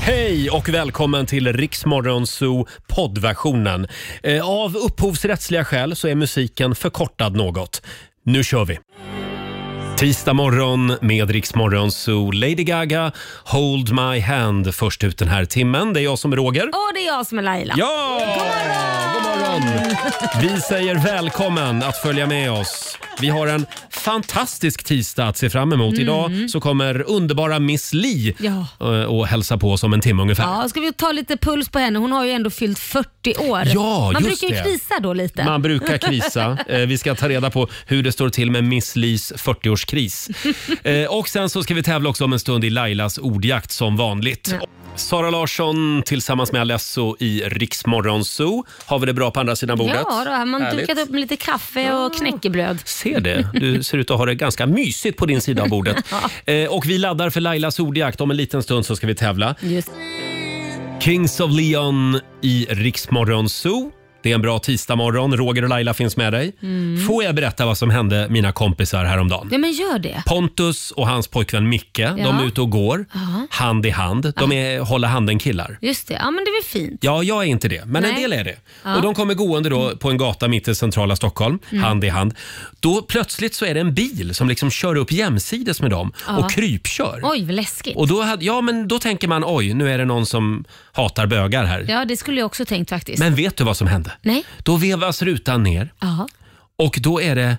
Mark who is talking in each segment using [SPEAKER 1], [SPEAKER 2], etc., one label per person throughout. [SPEAKER 1] Hej och välkommen till Riksmorgon Zoo poddversionen. Eh, Av upphovsrättsliga skäl så är musiken förkortad något. Nu kör vi! Tisdag morgon med Riksmorgon Zoo. Lady Gaga, Hold My Hand först ut den här timmen. Det är jag som är Roger.
[SPEAKER 2] Och det är jag som är Laila.
[SPEAKER 1] Ja! God morgon! Vi säger välkommen att följa med oss. Vi har en fantastisk tisdag att se fram emot. Idag så kommer underbara Miss Li
[SPEAKER 2] Ja.
[SPEAKER 1] eh, och hälsa på oss om en timme ungefär.
[SPEAKER 2] Ja, ska vi ta lite puls på henne? Hon har ju ändå fyllt 40 år.
[SPEAKER 1] Ja,
[SPEAKER 2] Man
[SPEAKER 1] just
[SPEAKER 2] brukar ju
[SPEAKER 1] det.
[SPEAKER 2] krisa då lite.
[SPEAKER 1] Man brukar krisa. Eh, Vi ska ta reda på hur det står till med Miss Lis 40-årskris. Eh, Och sen så ska vi tävla också om en stund i Lailas ordjakt som vanligt. Sara Larsson tillsammans med Alesso i Riksmorgon Zoo. Har vi det bra på andra sidan bordet?
[SPEAKER 2] Ja, då har man
[SPEAKER 1] Härligt.
[SPEAKER 2] dukat upp med lite kaffe och knäckebröd.
[SPEAKER 1] Ser det. Du ser ut att ha det ganska mysigt på din sida av bordet. Eh, och vi laddar för Lailas ordjakt. Om en liten stund så ska vi tävla.
[SPEAKER 2] Just.
[SPEAKER 1] Kings of Leon i Riksmorgon Zoo. Det är en bra tisdagmorgon. Roger och Laila finns med dig.
[SPEAKER 2] Mm.
[SPEAKER 1] Får jag berätta vad som hände mina kompisar häromdagen?
[SPEAKER 2] Ja, men gör det.
[SPEAKER 1] Pontus och hans pojkvän Micke, de är ute och går hand i hand. De är hålla handen-killar.
[SPEAKER 2] Just det. Ja, men det är väl fint.
[SPEAKER 1] Ja, jag är inte det, men en
[SPEAKER 2] Nej. Mm.
[SPEAKER 1] del är det. Och De kommer gående då på en gata mitt i centrala Stockholm, hand i hand. Då plötsligt så är det en bil som liksom kör upp jämsides med dem och krypkör.
[SPEAKER 2] Oj, vad läskigt.
[SPEAKER 1] Och då, hade, ja, men då tänker man oj, nu är det någon som hatar bögar här.
[SPEAKER 2] Ja, det skulle jag också tänkt faktiskt.
[SPEAKER 1] Men vet du vad som hände?
[SPEAKER 2] Nej.
[SPEAKER 1] Då vevas rutan ner
[SPEAKER 2] Ja.
[SPEAKER 1] och då är det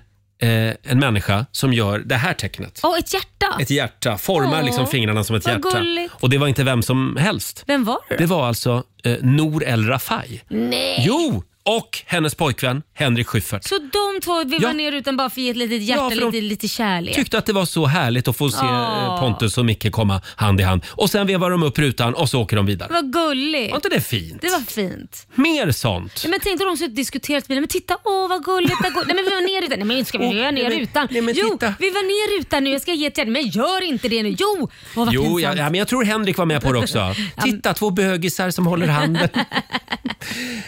[SPEAKER 1] eh, en människa som gör det här tecknet.
[SPEAKER 2] Åh, ett hjärta.
[SPEAKER 1] Ett hjärta, formar
[SPEAKER 2] Åh,
[SPEAKER 1] liksom fingrarna som ett
[SPEAKER 2] vad
[SPEAKER 1] hjärta.
[SPEAKER 2] gulligt.
[SPEAKER 1] Och det var inte vem som helst.
[SPEAKER 2] Vem var det?
[SPEAKER 1] Det var alltså eh, Nour El Rafai.
[SPEAKER 2] Nej.
[SPEAKER 1] Jo! Och hennes pojkvän Henrik Schyffert.
[SPEAKER 2] Så de två vevade
[SPEAKER 1] Ja.
[SPEAKER 2] ner utan bara för att ge ett litet hjärta,
[SPEAKER 1] Ja, för de-
[SPEAKER 2] lite, lite kärlek.
[SPEAKER 1] Tyckte att det var så härligt att få se
[SPEAKER 2] Ja.
[SPEAKER 1] eh, Pontus och Micke komma hand i hand. Och sen vevar de upp rutan och så åker de vidare.
[SPEAKER 2] Vad gulligt.
[SPEAKER 1] Var inte det fint?
[SPEAKER 2] Det var fint.
[SPEAKER 1] Mer sånt.
[SPEAKER 2] Ja, men tänk dig de som diskuterat bilen. Men titta, åh vad gulligt. Vad gulligt. Nej men vi var ner rutan. Nej men ska vi
[SPEAKER 1] Åh,
[SPEAKER 2] göra ner
[SPEAKER 1] nej, men-
[SPEAKER 2] rutan?
[SPEAKER 1] nej, men
[SPEAKER 2] jo,
[SPEAKER 1] titta.
[SPEAKER 2] vi var ner rutan nu. Jag ska ge till dig. Men gör inte det nu. Jo! Åh, vad
[SPEAKER 1] Jo,
[SPEAKER 2] pinsamt.
[SPEAKER 1] ja, ja, men jag tror Henrik var med på det också. Titta, två bögisar som håller handen.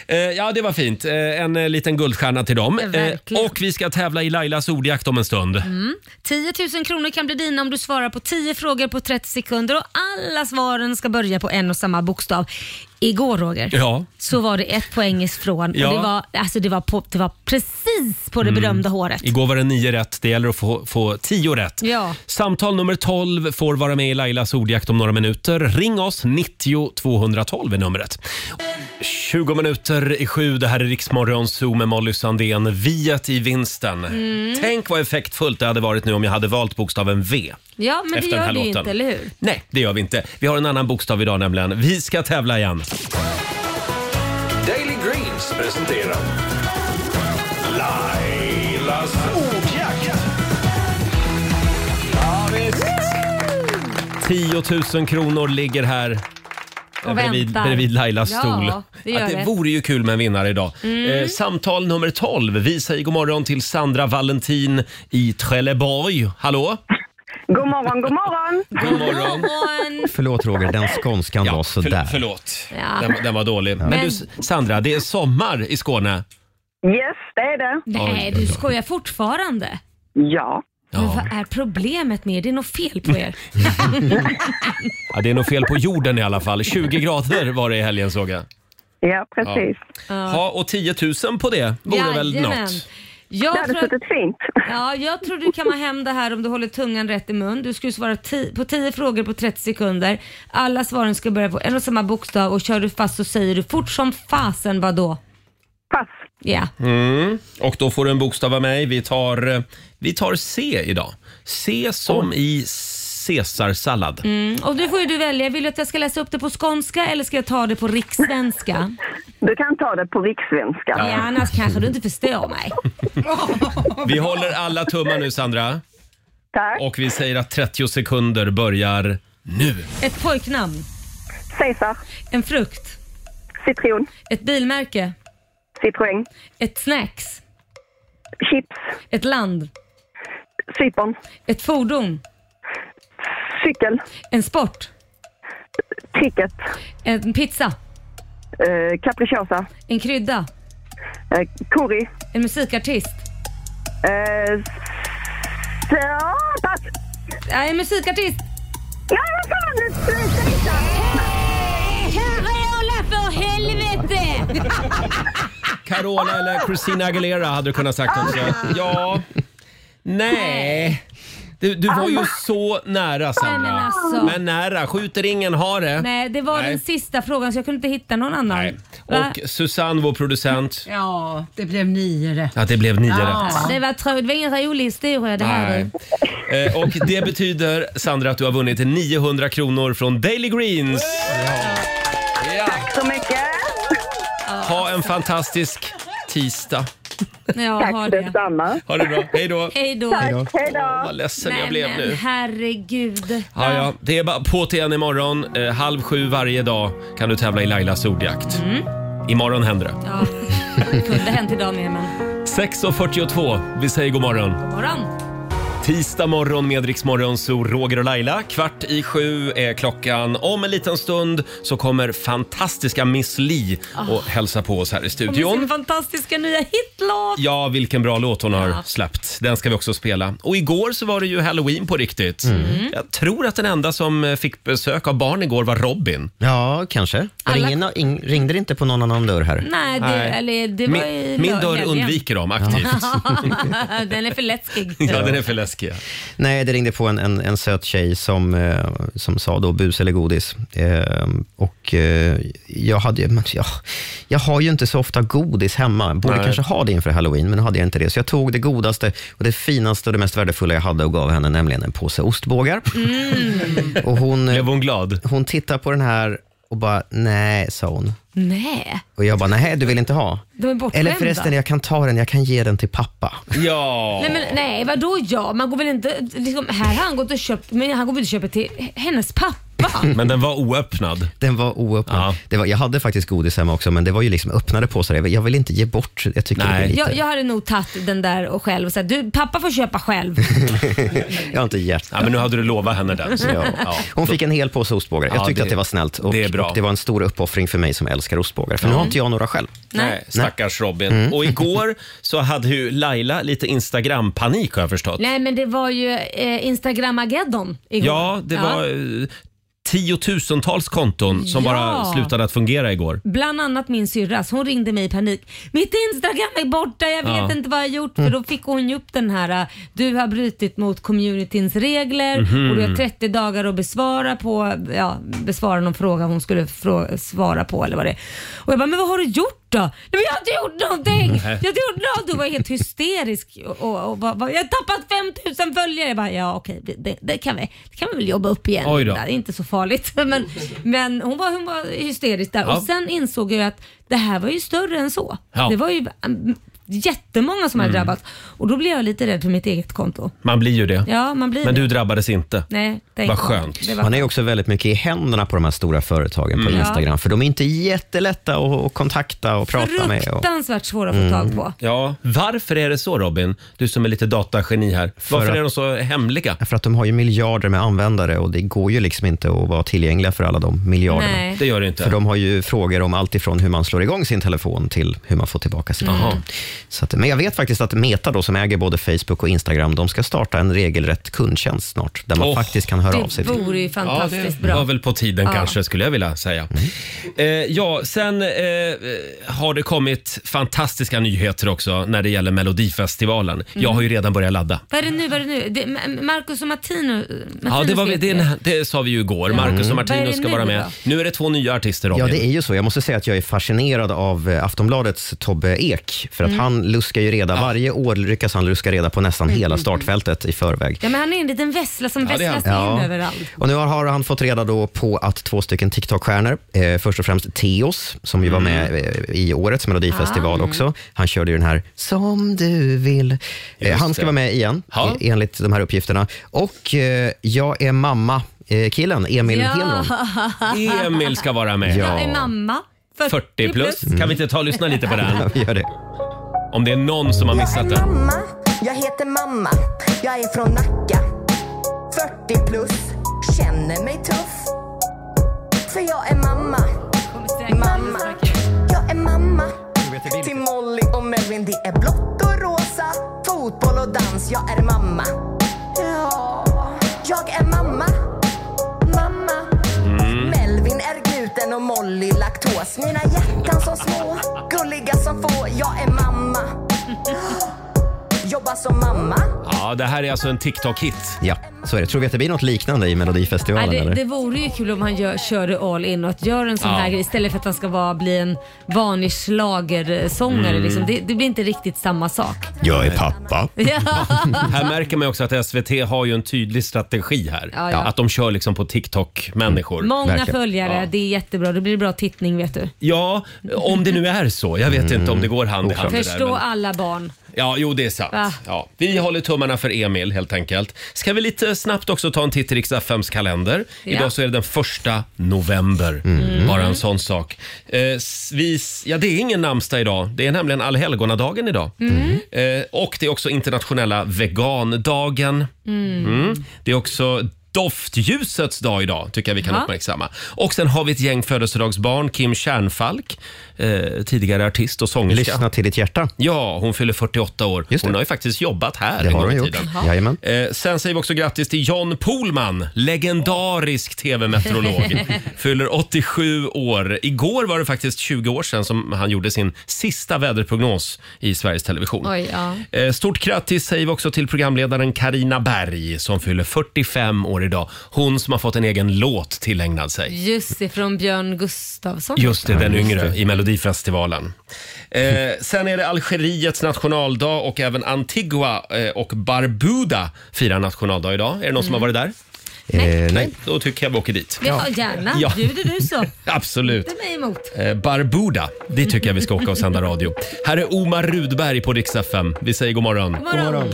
[SPEAKER 1] Eh, ja, det var fint. Eh, En eh, liten guldstjärna till dem.
[SPEAKER 2] Ja,
[SPEAKER 1] Eh,
[SPEAKER 2] verkligen.
[SPEAKER 1] Och vi ska tävla i Lailas ordjakt om en stund.
[SPEAKER 2] 10 000 kronor kan bli dina om du svarar på 10 frågor på 30 sekunder och alla svaren ska börja på en och samma bokstav. Igår Roger,
[SPEAKER 1] Ja.
[SPEAKER 2] så var det ett poäng ifrån
[SPEAKER 1] Ja. Mm.
[SPEAKER 2] och det var, alltså, det var, på, det var precis på det berömda håret.
[SPEAKER 1] Igår var det nio rätt. Det gäller att få, få tio rätt.
[SPEAKER 2] Ja.
[SPEAKER 1] Samtal nummer 12 får vara med i Lailas ordjakt om några minuter. Ring oss, 90 212 är numret. 20 minuter i sju. Det här är Riksmorgon Zoo med Molly Sandén. Viet i vinsten. Tänk vad effektfullt det hade varit nu om jag hade valt bokstaven V.
[SPEAKER 2] Ja, men
[SPEAKER 1] efter
[SPEAKER 2] det
[SPEAKER 1] den
[SPEAKER 2] gör
[SPEAKER 1] här
[SPEAKER 2] du ju
[SPEAKER 1] låten.
[SPEAKER 2] inte, eller hur?
[SPEAKER 1] Nej, det gör vi inte. Vi har en annan bokstav idag nämligen. Vi ska tävla igen.
[SPEAKER 3] Daily Greens presenterar Lailas ordjakt. Ja, visst.
[SPEAKER 1] 10 000 kronor ligger här. eh,
[SPEAKER 2] Och
[SPEAKER 1] bredvid,
[SPEAKER 2] väntar.
[SPEAKER 1] bredvid Lailas
[SPEAKER 2] Ja,
[SPEAKER 1] stol.
[SPEAKER 2] det gör
[SPEAKER 1] Att det
[SPEAKER 2] det. Mm.
[SPEAKER 1] vore ju kul med en vinnare idag. Eh, samtal nummer 12. Vi säger god morgon till Sandra Valentin i Trelleborg. Hallå?
[SPEAKER 4] God morgon, god morgon.
[SPEAKER 1] God morgon.
[SPEAKER 2] Och en
[SPEAKER 5] Förlåt Roger, den skånskan var sådär.
[SPEAKER 1] förl- förlåt.
[SPEAKER 2] Ja.
[SPEAKER 1] Den, den var dålig. Men
[SPEAKER 2] Ah. Men-
[SPEAKER 1] du, S- Sandra, det är sommar i Skåne.
[SPEAKER 4] Yes, det är det.
[SPEAKER 2] Nej, du skojar fortfarande.
[SPEAKER 4] Ja.
[SPEAKER 2] Men vad är problemet med er? Det är något fel på er.
[SPEAKER 1] Ja, det är nog fel på jorden i alla fall. 20 grader var det i helgen såg jag.
[SPEAKER 4] Ja, precis.
[SPEAKER 1] Ja, och 10 000 på det vore väl
[SPEAKER 2] Jajamän.
[SPEAKER 1] något.
[SPEAKER 4] Det
[SPEAKER 2] Jag
[SPEAKER 4] hade
[SPEAKER 2] tror,
[SPEAKER 4] suttit fint.
[SPEAKER 2] ja, jag tror du kamma hem det här om du håller tungan rätt i mun. Du ska ju svara ti- på 10 frågor på 30 sekunder. Alla svaren ska börja på en och samma bokstav och kör du fast så säger du fort som fasen vad då?
[SPEAKER 4] Pass.
[SPEAKER 2] Ja.
[SPEAKER 1] Mm. Och då får du en bokstav av mig. Vi tar, eh, vi tar C idag. C som i caesarsallad.
[SPEAKER 2] Mm. Och nu får ju du välja, vill du att jag ska läsa upp det på skånska eller ska jag ta det på rikssvenska?
[SPEAKER 4] Du kan ta det på rikssvenska.
[SPEAKER 2] Ja. annars kanske du inte förstår mig.
[SPEAKER 1] Vi håller alla tummar nu Sandra.
[SPEAKER 4] Tack.
[SPEAKER 1] Och vi säger att 30 sekunder börjar nu.
[SPEAKER 2] Ett pojknamn,
[SPEAKER 4] Caesar.
[SPEAKER 2] en frukt,
[SPEAKER 4] Citron.
[SPEAKER 2] ett bilmärke,
[SPEAKER 4] Citroën.
[SPEAKER 2] ett snacks,
[SPEAKER 4] Chips.
[SPEAKER 2] ett land,
[SPEAKER 4] Cypern.
[SPEAKER 2] ett fordon,
[SPEAKER 4] Cykel.
[SPEAKER 2] en sport,
[SPEAKER 4] Ticket.
[SPEAKER 2] en pizza,
[SPEAKER 4] Eh, capricciosa.
[SPEAKER 2] en krydda,
[SPEAKER 4] Eh, curry.
[SPEAKER 2] en musikartist.
[SPEAKER 4] Eh, s- ja, pass.
[SPEAKER 2] Nej, en musikartist.
[SPEAKER 4] Nej, vad fan! Caesar!
[SPEAKER 1] Carola eller Christina Aguilera hade du kunnat sagt också. Ja. Nej. Du, du var ju så nära
[SPEAKER 2] Nej, men
[SPEAKER 1] Sandra.
[SPEAKER 2] alltså.
[SPEAKER 1] Men nära. Skjuter ingen har det.
[SPEAKER 2] Nej, det var
[SPEAKER 1] Nej.
[SPEAKER 2] den sista frågan så jag kunde inte hitta någon annan.
[SPEAKER 1] Nej.
[SPEAKER 2] Va?
[SPEAKER 1] Och Susanne, vår producent.
[SPEAKER 6] Ja, det blev nio rätt.
[SPEAKER 1] Ja, det blev nio rätt.
[SPEAKER 6] Ja.
[SPEAKER 2] Det var, trö- det var ingen rolig historia det här.
[SPEAKER 1] Nej. Eh, Och det betyder, Sandra, att du har vunnit 900 kronor från Daily Greens.
[SPEAKER 4] Tack så mycket.
[SPEAKER 1] Ha en fantastisk tisdag.
[SPEAKER 2] Ja,
[SPEAKER 4] Tack
[SPEAKER 2] har det.
[SPEAKER 4] detsamma.
[SPEAKER 1] Ha det bra. Hej då.
[SPEAKER 2] Hej då.
[SPEAKER 4] Hej då.
[SPEAKER 1] Vad ledsen
[SPEAKER 2] Nej,
[SPEAKER 1] jag blev
[SPEAKER 2] men
[SPEAKER 1] nu.
[SPEAKER 2] herregud.
[SPEAKER 1] Ja, ja. Det är bara på till en imorgon. Eh, halv sju varje dag kan du tävla i Lailas ordjakt. Imorgon händer det.
[SPEAKER 2] Ja, kunde hänt idag med men.
[SPEAKER 1] 6.42. Vi säger god morgon.
[SPEAKER 2] Morgon.
[SPEAKER 1] Tisdag morgon med Rix Morgon, så Roger och Laila. Kvart i sju är klockan. Om en liten stund så kommer fantastiska Miss Li och hälsa på oss här i
[SPEAKER 2] Och med
[SPEAKER 1] studion.
[SPEAKER 2] sin fantastiska nya hitlåt.
[SPEAKER 1] Ja, vilken bra låt hon har släppt. Den ska vi också spela. Och igår så var det ju halloween på riktigt. Jag tror att den enda som eh, fick besök av barn igår var Robin.
[SPEAKER 5] Ja, kanske.
[SPEAKER 2] Alla-
[SPEAKER 5] Ringde, ing, ringde det inte på någon annan dörr här?
[SPEAKER 2] Nej, det,
[SPEAKER 1] Nej.
[SPEAKER 2] Eller, det var ju
[SPEAKER 1] Min, min
[SPEAKER 2] lö-
[SPEAKER 1] dörr
[SPEAKER 2] helgen.
[SPEAKER 1] undviker dem aktivt.
[SPEAKER 2] Den är för läskig.
[SPEAKER 1] Ja, den är för läskig.
[SPEAKER 5] Nej, det ringde på en, en, en söt tjej som, eh, som sa då bus eller godis. Eh, och eh, jag hade ju- men jag, jag har ju inte så ofta godis hemma. Borde
[SPEAKER 1] Nej.
[SPEAKER 5] kanske ha det inför halloween, men nu hade jag inte det. Så jag tog det godaste, och det finaste och det mest värdefulla jag hade och gav henne, nämligen en påse ostbågar.
[SPEAKER 1] Mm.
[SPEAKER 5] och hon,
[SPEAKER 1] Blev hon glad?
[SPEAKER 5] hon tittade på den här och bara, nej, sa hon.
[SPEAKER 2] Nej,
[SPEAKER 5] Och jag bara, nej, du vill inte ha?
[SPEAKER 2] de är bortskämda.
[SPEAKER 5] Eller förresten, jag kan ta den, jag kan ge den till pappa.
[SPEAKER 1] Ja.
[SPEAKER 2] Nej, men, nej vadå ja? Man går väl inte, liksom, här har han gått och köpt, men han går väl och köper till hennes pappa?
[SPEAKER 1] Men den var oöppnad.
[SPEAKER 5] Den var oöppnad.
[SPEAKER 1] Ja.
[SPEAKER 5] Det var, jag hade faktiskt godis hemma också, men det var ju liksom öppnade påsar. Jag vill, jag vill inte ge bort. Jag tycker
[SPEAKER 1] Nej.
[SPEAKER 5] det blir
[SPEAKER 2] Jag,
[SPEAKER 5] lite...
[SPEAKER 2] jag hade nog tagit den där och själv och sagt, du pappa får köpa själv.
[SPEAKER 5] Jag har inte gett.
[SPEAKER 1] Ja, men nu hade du lovat henne den. Så.
[SPEAKER 5] Ja.
[SPEAKER 1] Ja.
[SPEAKER 5] Hon fick en hel påse ostbågar. Jag
[SPEAKER 1] Ja,
[SPEAKER 5] tyckte
[SPEAKER 1] det-
[SPEAKER 5] att det var snällt och
[SPEAKER 1] det är bra.
[SPEAKER 5] och det var en stor uppoffring för mig som älskar ostbågar. För nu har inte jag några själv.
[SPEAKER 1] Nej, stackars Robin.
[SPEAKER 5] Mm.
[SPEAKER 1] Och igår så hade ju Laila lite Instagram-panik har jag förstått.
[SPEAKER 2] nej men det var ju eh, Instagram-ageddon igår.
[SPEAKER 1] Ja, det var eh, tiotusentals konton som
[SPEAKER 2] Ja.
[SPEAKER 1] bara slutade att fungera igår.
[SPEAKER 2] Bland annat min syrras, hon ringde mig i panik. Mitt Instagram är borta, jag
[SPEAKER 1] Ja.
[SPEAKER 2] vet inte vad jag har gjort. För då fick hon ju upp den här, äh, du har brutit mot communityns regler och
[SPEAKER 1] Mhm.
[SPEAKER 2] du har 30 dagar att besvara på, ja, besvara någon fråga hon skulle frå- svara på eller vad det är. Och jag bara, men vad har du gjort då? Nej men jag har inte gjort någonting! Jag har inte gjort något! Du var jag helt hysterisk och, och, och bara, bara, jag har tappat 5000 följare. Jag bara, ja okej, det, det, det, kan vi, det kan vi väl jobba upp igen.
[SPEAKER 1] Oj då.
[SPEAKER 2] Det är inte så farligt. Men, men hon, var, hon var hysterisk där.
[SPEAKER 1] Ja.
[SPEAKER 2] Och sen insåg jag att det här var ju större än så.
[SPEAKER 1] Ja. Mm.
[SPEAKER 2] Det var ju mm, jättemånga som hade drabbats. Och då blev jag lite rädd för mitt eget konto.
[SPEAKER 1] Man blir ju det.
[SPEAKER 2] Ja, man blir
[SPEAKER 1] Men
[SPEAKER 2] det.
[SPEAKER 1] du drabbades inte.
[SPEAKER 2] Nej, det är
[SPEAKER 1] Vad
[SPEAKER 2] inte-
[SPEAKER 1] skönt.
[SPEAKER 2] Det
[SPEAKER 5] Man
[SPEAKER 2] var,
[SPEAKER 5] är ju också väldigt mycket i händerna på de här stora företagen
[SPEAKER 1] Mm.
[SPEAKER 5] på Instagram. För de är inte jättelätta att att kontakta och prata med. Och...
[SPEAKER 2] fruktansvärt svåra att
[SPEAKER 1] Mm.
[SPEAKER 2] få tag på.
[SPEAKER 1] Ja, varför är det så Robin? Du som är lite datageni här. Varför
[SPEAKER 5] att-
[SPEAKER 1] är de så hemliga?
[SPEAKER 5] För att de har ju miljarder med användare och det går ju liksom inte att vara tillgängliga för alla de miljarderna.
[SPEAKER 2] Nej.
[SPEAKER 1] Det gör det
[SPEAKER 5] För
[SPEAKER 1] inte.
[SPEAKER 5] de har ju frågor om allt ifrån hur man slår igång sin telefon till hur man får tillbaka sin.
[SPEAKER 2] Mm.
[SPEAKER 5] Så att, men jag vet faktiskt att Meta då, som äger både Facebook och Instagram, de ska starta en regelrätt kundtjänst snart, där man
[SPEAKER 1] Åh.
[SPEAKER 5] faktiskt kan höra av sig
[SPEAKER 2] Det
[SPEAKER 5] till.
[SPEAKER 2] vore ju
[SPEAKER 1] Ja,
[SPEAKER 2] fantastiskt
[SPEAKER 1] det var
[SPEAKER 2] bra.
[SPEAKER 1] väl på tiden
[SPEAKER 2] Ja.
[SPEAKER 1] kanske skulle jag vilja säga. Eh, ja, sen eh, har det kommit fantastiska nyheter också när det gäller Melodifestivalen.
[SPEAKER 2] Mm.
[SPEAKER 1] Jag har ju redan börjat ladda.
[SPEAKER 2] Vad är det nu? Vad är det nu? Det, Ma- Marcus och Martino, Martinus
[SPEAKER 1] Ja, det, var, vi-
[SPEAKER 2] vet
[SPEAKER 1] det,
[SPEAKER 2] ju.
[SPEAKER 1] det sa vi ju igår. Marcus och
[SPEAKER 2] Vad är
[SPEAKER 1] Martinus
[SPEAKER 2] det
[SPEAKER 1] ska
[SPEAKER 2] nu
[SPEAKER 1] vara med.
[SPEAKER 2] då?
[SPEAKER 1] Nu är det två nya artister, Robin.
[SPEAKER 5] Ja, det är ju så. Jag måste säga att jag är fascinerad av eh, Aftonbladets Tobbe Ek, för
[SPEAKER 2] Mm.
[SPEAKER 5] att han luskar ju reda, varje år lyckas han luska reda på nästan hela startfältet i förväg.
[SPEAKER 2] Mm. Ja, men han är en liten vessla som
[SPEAKER 1] det är
[SPEAKER 2] vesslas in
[SPEAKER 5] Ja.
[SPEAKER 2] överallt.
[SPEAKER 5] Och nu har han fått reda då på att två stycken TikTok-stjärnor, eh, först och främst Teos, som ju var med eh, i årets melodifestival också. Han körde ju den här “Som du vill”. Eh,
[SPEAKER 1] Just
[SPEAKER 5] han ska
[SPEAKER 1] det.
[SPEAKER 5] vara med igen,
[SPEAKER 1] Ja.
[SPEAKER 5] i- enligt de här uppgifterna. Och eh, “Jag är mamma” eh, killen, Emil
[SPEAKER 2] Ja.
[SPEAKER 5] Henron.
[SPEAKER 1] Emil ska vara med.
[SPEAKER 2] Jag är mamma.
[SPEAKER 1] 40 plus. Kan vi inte ta och lyssna lite på den?
[SPEAKER 5] Gör det.
[SPEAKER 1] Om det är någon som har missat den.
[SPEAKER 7] Mamma, jag heter mamma. Jag är från Nacka. 40 plus, känner mig tuff. För jag är mamma. Mamma, jag är mamma. Till Molly och Melvin, det är blått och rosa. Fotboll och dans, jag är mamma. Ja, jag är mamma. Mamma. Melvin är gluten och Molly laktos. Mina hjärtan så små.
[SPEAKER 1] Ja, det här är alltså en TikTok-hit.
[SPEAKER 5] Ja, så är det. Tror vi att det blir något liknande i Melodifestivalen?
[SPEAKER 2] Nej, det,
[SPEAKER 5] eller?
[SPEAKER 2] det vore ju kul om han gör, körde all in och att göra en sån
[SPEAKER 1] Ja.
[SPEAKER 2] här grej istället för att han ska vara, bli en vanlig schlagersångare.
[SPEAKER 1] Mm.
[SPEAKER 2] Liksom. Det, det blir inte riktigt samma sak.
[SPEAKER 5] Jag är pappa.
[SPEAKER 2] Ja.
[SPEAKER 1] Här märker man ju också att SVT har ju en tydlig strategi här.
[SPEAKER 2] Ja, ja.
[SPEAKER 1] Att de kör liksom på TikTok-människor.
[SPEAKER 2] Många
[SPEAKER 5] Verkligen.
[SPEAKER 2] följare,
[SPEAKER 1] Ja.
[SPEAKER 2] det är jättebra. Det blir bra tittning vet du.
[SPEAKER 1] Ja, om det nu är så. Jag vet inte om det går hand i hand. det där,
[SPEAKER 2] Förstå
[SPEAKER 1] men-
[SPEAKER 2] alla barn.
[SPEAKER 1] Ja, jo det är sant.
[SPEAKER 2] Va?
[SPEAKER 1] Ja, vi håller tummarna för Emil helt enkelt. Ska vi lite snabbt också ta en titt i riks FMs kalender.
[SPEAKER 2] Ja.
[SPEAKER 1] Idag så är det den första november. Bara en sån sak. Eh, s- vi, s- ja, det är ingen namnsdag idag. Det är nämligen allhelgonadagen idag.
[SPEAKER 2] Mm.
[SPEAKER 1] Eh, och det är också internationella vegandagen. Mm. Det är också Doftljusets dag idag tycker jag vi kan
[SPEAKER 2] Ja.
[SPEAKER 1] uppmärksamma. Och sen har vi ett gäng födelsedagsbarn. Kim Kärnfalk, eh, tidigare artist och sångerska.
[SPEAKER 5] Lyssna till ditt hjärta.
[SPEAKER 1] Ja, hon fyller 48 år.
[SPEAKER 5] Just det.
[SPEAKER 1] Hon har ju faktiskt jobbat här
[SPEAKER 5] Det
[SPEAKER 1] en
[SPEAKER 5] har
[SPEAKER 1] gång
[SPEAKER 5] hon
[SPEAKER 1] i
[SPEAKER 5] gjort.
[SPEAKER 1] tiden.
[SPEAKER 5] Jajamän.
[SPEAKER 1] Eh, sen säger vi också grattis till John Pohlman, legendarisk tv-meteorolog. Fyller 87 år. Igår var det faktiskt 20 år sedan som han gjorde sin sista väderprognos i Sveriges Television.
[SPEAKER 2] Oj, ja.
[SPEAKER 1] Eh, Stort grattis säger vi också till programledaren Karina Berg som fyller 45 år idag. Hon som har fått en egen låt tillägnad sig.
[SPEAKER 2] Just det, från Björn Gustafsson.
[SPEAKER 1] Just det, den yngre i Melodifestivalen. Eh, sen är det Algeriets nationaldag och även Antigua eh, och Barbuda firar nationaldag idag. Är det någon som har varit där?
[SPEAKER 5] Eh, nej.
[SPEAKER 1] Då tycker jag vi åker dit.
[SPEAKER 2] Mm. Ja, gärna.
[SPEAKER 1] Ja.
[SPEAKER 2] Bjuder du så.
[SPEAKER 1] Absolut.
[SPEAKER 2] Det är mig emot.
[SPEAKER 1] Eh, Barbuda, det tycker jag vi ska åka och sända radio. Här är Omar Rudberg på Rix FM. Vi säger god morgon.
[SPEAKER 2] God morgon.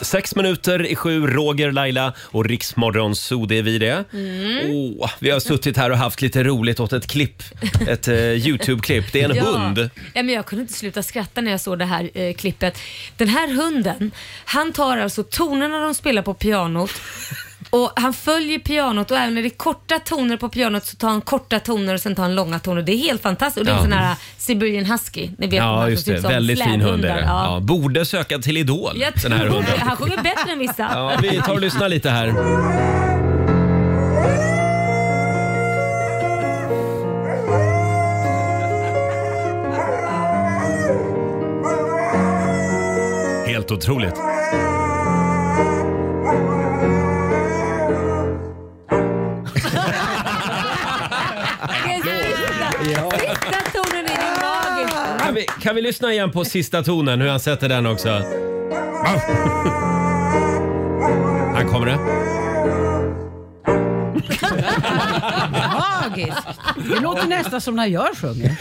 [SPEAKER 1] Sex minuter i sju, Roger, Laila och Riksmorgon Zoo, det är vi det.
[SPEAKER 2] Mm.
[SPEAKER 1] Åh, vi har suttit här och haft lite roligt åt ett klipp, ett eh, YouTube-klipp. Det är en hund.
[SPEAKER 2] Ja, men jag kunde inte sluta skratta när jag såg det här eh, klippet. Den här hunden, han tar alltså tonerna de spelar på pianot och han följer pianot och även när det är korta toner på pianot så tar han korta toner och sen tar han långa toner. Det är helt fantastiskt. Och det är
[SPEAKER 1] Ja.
[SPEAKER 2] en sån här Siberian husky. Ni vet de här
[SPEAKER 1] Ja,
[SPEAKER 2] som
[SPEAKER 1] just
[SPEAKER 2] ser ut
[SPEAKER 1] det.
[SPEAKER 2] alltså, typ
[SPEAKER 1] Väldigt
[SPEAKER 2] som
[SPEAKER 1] fin hund är
[SPEAKER 2] slädhundar.
[SPEAKER 1] det. Ja. Borde söka till Idol,
[SPEAKER 2] Jag
[SPEAKER 1] den här
[SPEAKER 2] tror-
[SPEAKER 1] hunden.
[SPEAKER 2] Han sjunger bättre än vissa.
[SPEAKER 1] Ja, vi tar och lyssnar lite här. Helt otroligt.
[SPEAKER 2] Det är sista, sista tonen är ju magisk.
[SPEAKER 1] Kan vi, kan vi lyssna igen på sista tonen, hur han sätter den också? Här kommer det.
[SPEAKER 6] Magiskt! Det låter nästan som när jag sjunger.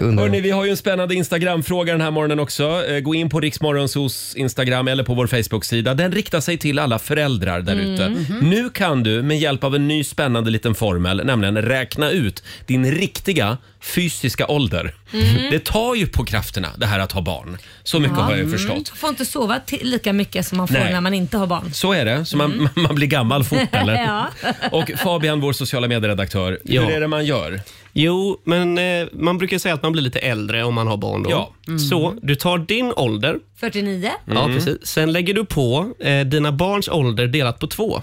[SPEAKER 5] Underbart.
[SPEAKER 1] Hörni, vi har ju en spännande Instagram-fråga den här morgonen också. Eh, Gå in på Riksmorgonsos Instagram eller på vår Facebook-sida. Den riktar sig till alla föräldrar där ute.
[SPEAKER 2] Mm, mhm.
[SPEAKER 1] Nu kan du med hjälp av en ny spännande liten formel, nämligen räkna ut din riktiga fysiska ålder.
[SPEAKER 2] Mm.
[SPEAKER 1] Det tar ju på krafterna det här att ha barn. Så mycket har jag
[SPEAKER 2] Mm.
[SPEAKER 1] ju förstått.
[SPEAKER 2] Får inte sova till- lika mycket som man får
[SPEAKER 1] Nej.
[SPEAKER 2] när man inte har barn.
[SPEAKER 1] Så är det, så man, man blir gammal fort eller?
[SPEAKER 2] Mm. Ja.
[SPEAKER 1] Och Fabian, vår sociala medieredaktör,
[SPEAKER 8] Ja.
[SPEAKER 1] hur är det man gör?
[SPEAKER 8] Jo, men eh, man brukar säga att man blir lite äldre om man har barn då. Mm.
[SPEAKER 1] Ja.
[SPEAKER 8] Så du tar din ålder,
[SPEAKER 2] 49,
[SPEAKER 8] ja, precis. sen lägger du på eh, dina barns ålder delat på två.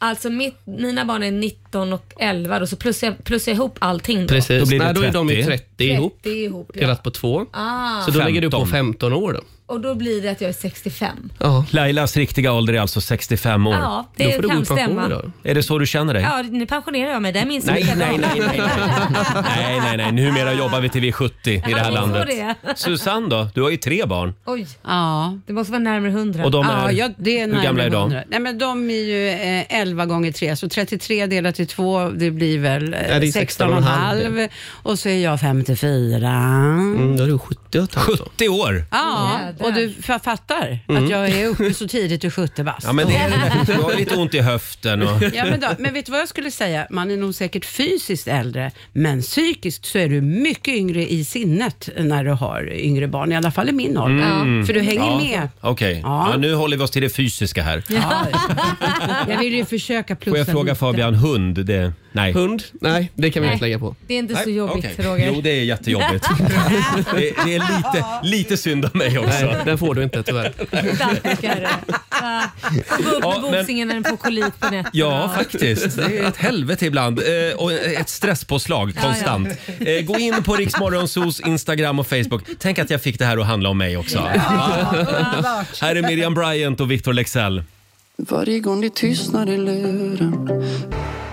[SPEAKER 2] Alltså mitt, mina barn är 19 och 11 då, så plussar jag, plussar jag ihop allting då.
[SPEAKER 8] Precis.
[SPEAKER 1] Då blir det
[SPEAKER 8] Nej, då är de ju
[SPEAKER 1] 30.
[SPEAKER 8] 30, ihop
[SPEAKER 2] 30 ihop ja.
[SPEAKER 8] delat på två.
[SPEAKER 2] ah,
[SPEAKER 8] Så då lägger du på
[SPEAKER 1] 15.
[SPEAKER 8] 15 år då.
[SPEAKER 2] och då blir det att jag är 65.
[SPEAKER 8] Ja.
[SPEAKER 1] Lailas riktiga ålder är alltså 65 år.
[SPEAKER 2] Ja,
[SPEAKER 8] Då
[SPEAKER 2] det
[SPEAKER 8] får du gå
[SPEAKER 2] kan
[SPEAKER 8] i pension
[SPEAKER 2] stämma.
[SPEAKER 8] idag.
[SPEAKER 1] Är det så du känner dig?
[SPEAKER 2] Ja, nu pensionerar jag mig. Det minns
[SPEAKER 1] Nej, nej, nej, nej, nej. nej, nej, nej. Numera jobbar vi till vi är 70 i det här
[SPEAKER 2] Ah. Ja,
[SPEAKER 1] landet.
[SPEAKER 2] så är det.
[SPEAKER 1] Susanne då? Du har ju tre barn.
[SPEAKER 2] Oj,
[SPEAKER 6] Ja.
[SPEAKER 2] det måste vara närmare 100.
[SPEAKER 1] Och de
[SPEAKER 6] Ja,
[SPEAKER 1] är...
[SPEAKER 6] ja, det är
[SPEAKER 1] Hur gamla är de?
[SPEAKER 6] 900. Nej, men de är ju eh, 11 gånger 3, så 33 delat till 2, det blir väl eh,
[SPEAKER 8] Ja, det är
[SPEAKER 6] 16 och en
[SPEAKER 8] 16,5,
[SPEAKER 6] halv. Och så är jag 54.
[SPEAKER 8] Mm, då är du 70 och ett halvt då.
[SPEAKER 1] 70 år!
[SPEAKER 6] Ja,
[SPEAKER 2] Jädrar.
[SPEAKER 6] och du jag fattar att jag är uppe så tidigt i 70 bast.
[SPEAKER 1] Mm. Ja, men det är, du har lite ont i höften och...
[SPEAKER 6] Ja, men, då, men vet du vad jag skulle säga? Man är nog säkert fysiskt äldre, men psykiskt så är du mycket yngre i sinnet när du har yngre barn, i alla fall i min ålder. För du hänger med.
[SPEAKER 1] Okej, ja.
[SPEAKER 6] Ja.
[SPEAKER 1] nu håller vi oss till det fysiska här.
[SPEAKER 6] Ja. Jag vill ju försöka plussa
[SPEAKER 1] Får jag fråga
[SPEAKER 6] lite.
[SPEAKER 1] Fabian, hund? Det... Nej.
[SPEAKER 8] Hund? Nej, det kan vi
[SPEAKER 2] Nej.
[SPEAKER 8] inte lägga på.
[SPEAKER 2] Det är inte så
[SPEAKER 1] Nej,
[SPEAKER 2] jobbigt
[SPEAKER 1] okej.
[SPEAKER 2] Roger.
[SPEAKER 1] Jo, det är jättejobbigt. det, det är lite, lite synd om mig också.
[SPEAKER 8] jag. Den får du inte tyvärr.
[SPEAKER 2] Stackare. Va? Får Ah, gå upp
[SPEAKER 1] Ja, men-
[SPEAKER 2] med boxingen när den får kolit på nätterna.
[SPEAKER 1] Ja, faktiskt. Det är ett helvete ibland. Eh, och ett stresspåslag konstant. Eh, gå in på Riksmorgonsos Instagram och Facebook. Tänk att jag fick det här att handla om mig också. Va? här är Miriam Bryant och Victor Lexell.
[SPEAKER 9] Varje gång det tystnar i luren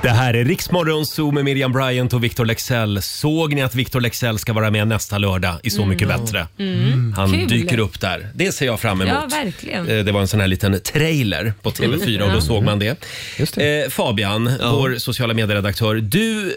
[SPEAKER 1] Det här är Riksmorgon Zoo med Miriam Bryant och Victor Lexell. Såg ni att Victor Lexell ska vara med nästa lördag i Så mycket bättre? Han
[SPEAKER 2] Mm. Kul.
[SPEAKER 1] dyker upp där. Det ser jag fram emot.
[SPEAKER 2] Ja, verkligen.
[SPEAKER 1] Eh, Det var en sån här liten trailer på
[SPEAKER 2] Mm.
[SPEAKER 1] TV4 och då såg man det.
[SPEAKER 5] Just det.
[SPEAKER 1] Eh, Fabian, vår sociala medieredaktör. Du eh,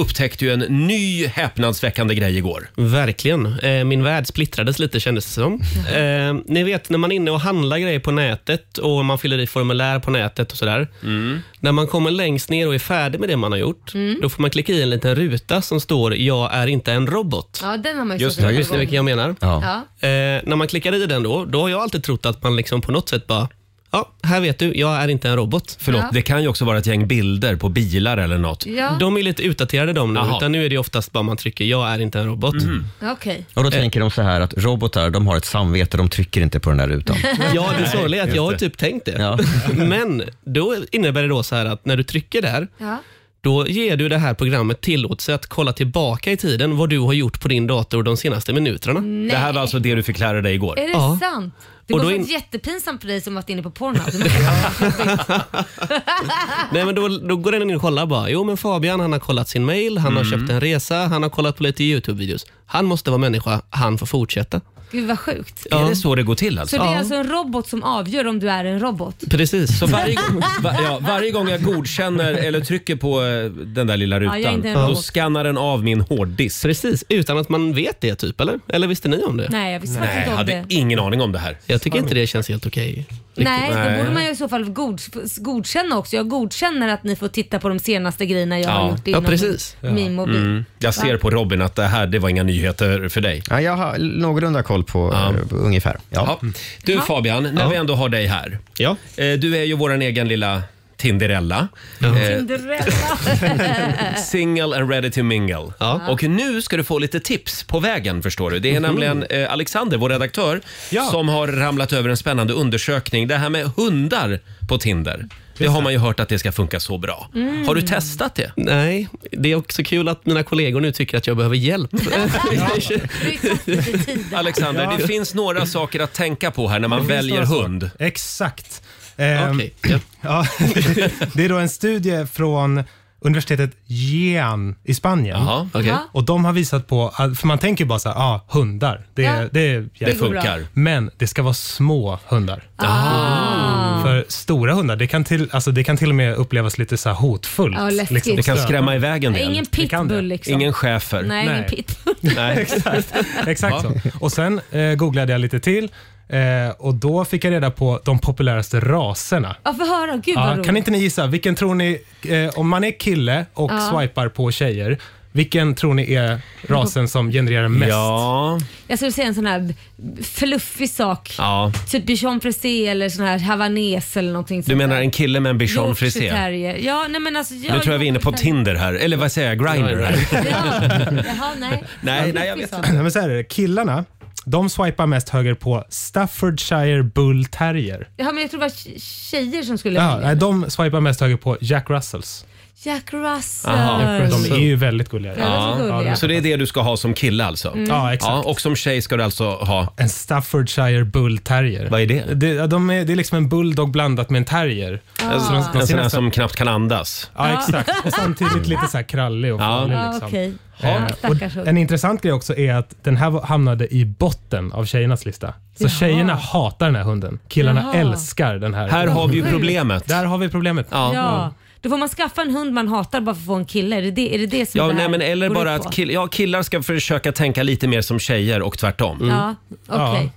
[SPEAKER 1] upptäckte ju en ny häpnadsväckande grej igår.
[SPEAKER 2] Mm.
[SPEAKER 8] Verkligen. Eh, Min värld splittrades lite kändes det som. Eh, ni vet när man är inne och handlar grejer på nätet och man fyller i formulär på nätet och sådär.
[SPEAKER 2] Mm.
[SPEAKER 8] När man kommer längst ner och är färdig med det man har gjort, då får man klicka i en liten ruta som står “Jag är inte en robot”.
[SPEAKER 2] Ja, den har man ju
[SPEAKER 1] Just
[SPEAKER 2] sett
[SPEAKER 1] det,
[SPEAKER 2] många
[SPEAKER 8] Förstår ni vilken
[SPEAKER 2] gånger.
[SPEAKER 8] jag menar?
[SPEAKER 2] Ja.
[SPEAKER 8] Eh, när man klickar i den då, då har jag alltid trott att man liksom på något sätt bara “Ja, här vet du, jag är inte en robot”.
[SPEAKER 1] Förlåt,
[SPEAKER 2] Ja.
[SPEAKER 1] det kan ju också vara ett gäng bilder på bilar eller något.
[SPEAKER 2] Ja,
[SPEAKER 8] De är lite utdaterade de nu,
[SPEAKER 1] Jaha.
[SPEAKER 8] utan nu är det oftast bara man trycker “Jag är inte en robot”.
[SPEAKER 2] Mm. okej.
[SPEAKER 5] Och då tänker de så här att robotar, de har ett samvete, de trycker inte på den där rutan.
[SPEAKER 8] Ja, det sorgliga är att jag har typ tänkt det.
[SPEAKER 5] Ja.
[SPEAKER 8] Men då innebär det då så här att när du trycker där,
[SPEAKER 2] Ja.
[SPEAKER 8] då ger du det här programmet tillåtelse att kolla tillbaka i tiden vad du har gjort på din dator de senaste minuterna.
[SPEAKER 2] Mm.
[SPEAKER 1] Det här var alltså det du fick lära dig igår.
[SPEAKER 2] Är det
[SPEAKER 8] Ja.
[SPEAKER 2] sant? Det
[SPEAKER 8] Och
[SPEAKER 2] måste
[SPEAKER 8] då
[SPEAKER 2] varit
[SPEAKER 8] in-
[SPEAKER 2] jättepinsamt för dig som varit inne på Pornhub. Du måste-
[SPEAKER 8] Nej, men då, då går den in och kollar bara. Jo, men Fabian han har kollat sin mail, han har köpt en resa, han har kollat på lite YouTube-videos. Han måste vara människa, han får fortsätta.
[SPEAKER 2] Gud vad sjukt.
[SPEAKER 1] Är det så det går till alltså?
[SPEAKER 2] Så det är alltså en robot som avgör om du är en robot?
[SPEAKER 8] Precis.
[SPEAKER 1] Så varje, gång- va, ja, varje gång jag godkänner eller trycker på eh, den där lilla
[SPEAKER 2] jag är
[SPEAKER 1] rutan,
[SPEAKER 2] inte en
[SPEAKER 1] då
[SPEAKER 2] robot.
[SPEAKER 1] skannar den av min hårddisk.
[SPEAKER 8] Precis, utan att man vet det typ, eller? Eller visste ni om det?
[SPEAKER 2] Nej, jag visste faktiskt
[SPEAKER 1] Nej,
[SPEAKER 2] inte
[SPEAKER 1] jag
[SPEAKER 2] om
[SPEAKER 1] hade
[SPEAKER 2] det.
[SPEAKER 1] ingen aning om det här.
[SPEAKER 8] Jag tycker inte det känns helt okej. riktigt.
[SPEAKER 2] Nej,
[SPEAKER 1] Nej.
[SPEAKER 2] då borde man ju i så fall god, godkänna också. Jag godkänner att ni får titta på de senaste grejerna jag
[SPEAKER 1] Ja.
[SPEAKER 2] har gjort
[SPEAKER 8] Ja,
[SPEAKER 2] inom
[SPEAKER 8] precis.
[SPEAKER 2] min mobil.
[SPEAKER 1] Mm. Jag ser på Robin att det här, det var inga nyheter för dig.
[SPEAKER 5] Ja, jag har någorlunda koll på eh, ungefär. Ja.
[SPEAKER 1] Ja. Du Fabian, när vi ändå har dig här.
[SPEAKER 8] Ja.
[SPEAKER 1] Eh, Du är ju våran egen lilla Tinderella. Eh, single and ready to mingle.
[SPEAKER 8] Ja.
[SPEAKER 1] Och nu ska du få lite tips på vägen förstår du. Det är nämligen eh, Alexander, vår redaktör, som har ramlat över en spännande undersökning. Det här med hundar på Tinder. Det har man ju hört att det ska funka så bra. Har du testat det?
[SPEAKER 8] Nej, det är också kul att mina kollegor nu tycker att jag behöver hjälp.
[SPEAKER 2] Du är ju fast i tiden.
[SPEAKER 1] Alexander, det finns några saker att tänka på här när man väljer hund.
[SPEAKER 10] Exakt. Ehm,
[SPEAKER 8] Okej, ja.
[SPEAKER 10] ja, det är då en studie från universitetet Jean i Spanien.
[SPEAKER 1] Jaha,
[SPEAKER 8] Okej.
[SPEAKER 2] Ja.
[SPEAKER 10] Och de har visat på, att- för man tänker bara så här, ah, hundar, det,
[SPEAKER 2] Ja.
[SPEAKER 10] det är
[SPEAKER 1] det
[SPEAKER 10] jävligt.
[SPEAKER 2] går
[SPEAKER 1] funkar.
[SPEAKER 2] bra.
[SPEAKER 10] Men det ska vara små hundar. För stora hundar, det kan, till, alltså det kan till och med upplevas lite så här hotfullt.
[SPEAKER 2] Ja, läskigt.
[SPEAKER 1] Liksom, Det kan skrämma iväg en del.
[SPEAKER 2] Ingen
[SPEAKER 10] kan det.
[SPEAKER 2] pitbull liksom.
[SPEAKER 1] Ingen schäfer.
[SPEAKER 2] Nej, ingen
[SPEAKER 10] Nej.
[SPEAKER 2] pitbull.
[SPEAKER 1] Nej.
[SPEAKER 10] Exakt så. Och sen eh, googlade jag lite till eh, och då fick jag reda på de populäraste raserna.
[SPEAKER 2] Ja, få höra. Gud vad
[SPEAKER 10] Ja,
[SPEAKER 2] roligt.
[SPEAKER 10] kan inte ni gissa, vilken tror ni, eh, om man är kille och
[SPEAKER 2] Ja.
[SPEAKER 10] swipar på tjejer, vilken tror ni är rasen som genererar mest?
[SPEAKER 1] Ja,
[SPEAKER 2] Jag skulle säga en sån här fluffig sak.
[SPEAKER 1] ja.
[SPEAKER 2] Typ bichon frisé eller sån här havanes eller någonting.
[SPEAKER 1] Du
[SPEAKER 2] sånt
[SPEAKER 1] menar
[SPEAKER 2] där.
[SPEAKER 1] en kille med en bichon
[SPEAKER 2] Yorkshire
[SPEAKER 1] frisé?
[SPEAKER 2] terrier. Ja, nej men alltså. Ja,
[SPEAKER 1] Nu tror jag vi är inne på
[SPEAKER 2] Yorkshire
[SPEAKER 1] Tinder här, eller vad säger jag, Grindr här.
[SPEAKER 2] terrier. Ja. Jaha, nej.
[SPEAKER 1] Nej, nej, jag vet
[SPEAKER 2] inte.
[SPEAKER 10] Nej, men så här är det, killarna, de swipar mest höger på Staffordshire Bull Terrier.
[SPEAKER 2] Ja, men jag tror det var tjejer som skulle
[SPEAKER 10] Ja,
[SPEAKER 2] välja.
[SPEAKER 10] nej, de swipar mest höger på Jack Russells.
[SPEAKER 2] Jack Russell.
[SPEAKER 1] Aha.
[SPEAKER 10] De är ju väldigt gulliga.
[SPEAKER 2] Ja, de är så gulliga.
[SPEAKER 1] Så det är det du ska ha som kille alltså?
[SPEAKER 2] Mm.
[SPEAKER 10] Ja, exakt.
[SPEAKER 1] Ja, och som tjej ska du alltså ha?
[SPEAKER 10] En Staffordshire Bull Terrier.
[SPEAKER 1] Vad är det?
[SPEAKER 10] Det, ja, de är, det är liksom en bulldog blandat med en terrier.
[SPEAKER 2] Ah.
[SPEAKER 10] Så de- de
[SPEAKER 1] En
[SPEAKER 10] ser
[SPEAKER 1] sån här
[SPEAKER 10] nästan-
[SPEAKER 1] som knappt kan andas.
[SPEAKER 10] Ja, exakt. Och samtidigt lite så här krallig och
[SPEAKER 1] Ah.
[SPEAKER 10] farlig.
[SPEAKER 2] Ja,
[SPEAKER 10] Liksom.
[SPEAKER 2] Ah. okej.
[SPEAKER 10] Eh,
[SPEAKER 2] Ja, stackars
[SPEAKER 10] och
[SPEAKER 2] hund.
[SPEAKER 10] en intressant grej också är att den här var- hamnade i botten av tjejernas lista. Så tjejerna hatar den här hunden. Killarna
[SPEAKER 2] Jaha.
[SPEAKER 10] älskar den här.
[SPEAKER 1] Här har vi ju problemet.
[SPEAKER 10] Där har vi problemet.
[SPEAKER 2] Ja. Då får man skaffa en hund man hatar bara för att få en kille. Är det det, är det, det som
[SPEAKER 1] Ja,
[SPEAKER 2] det här
[SPEAKER 1] nej, men eller
[SPEAKER 2] går ut
[SPEAKER 1] bara
[SPEAKER 2] på?
[SPEAKER 1] att kill- ja, killar ska försöka tänka lite mer som tjejer och tvärtom.
[SPEAKER 10] Mm.
[SPEAKER 2] Ja, okej.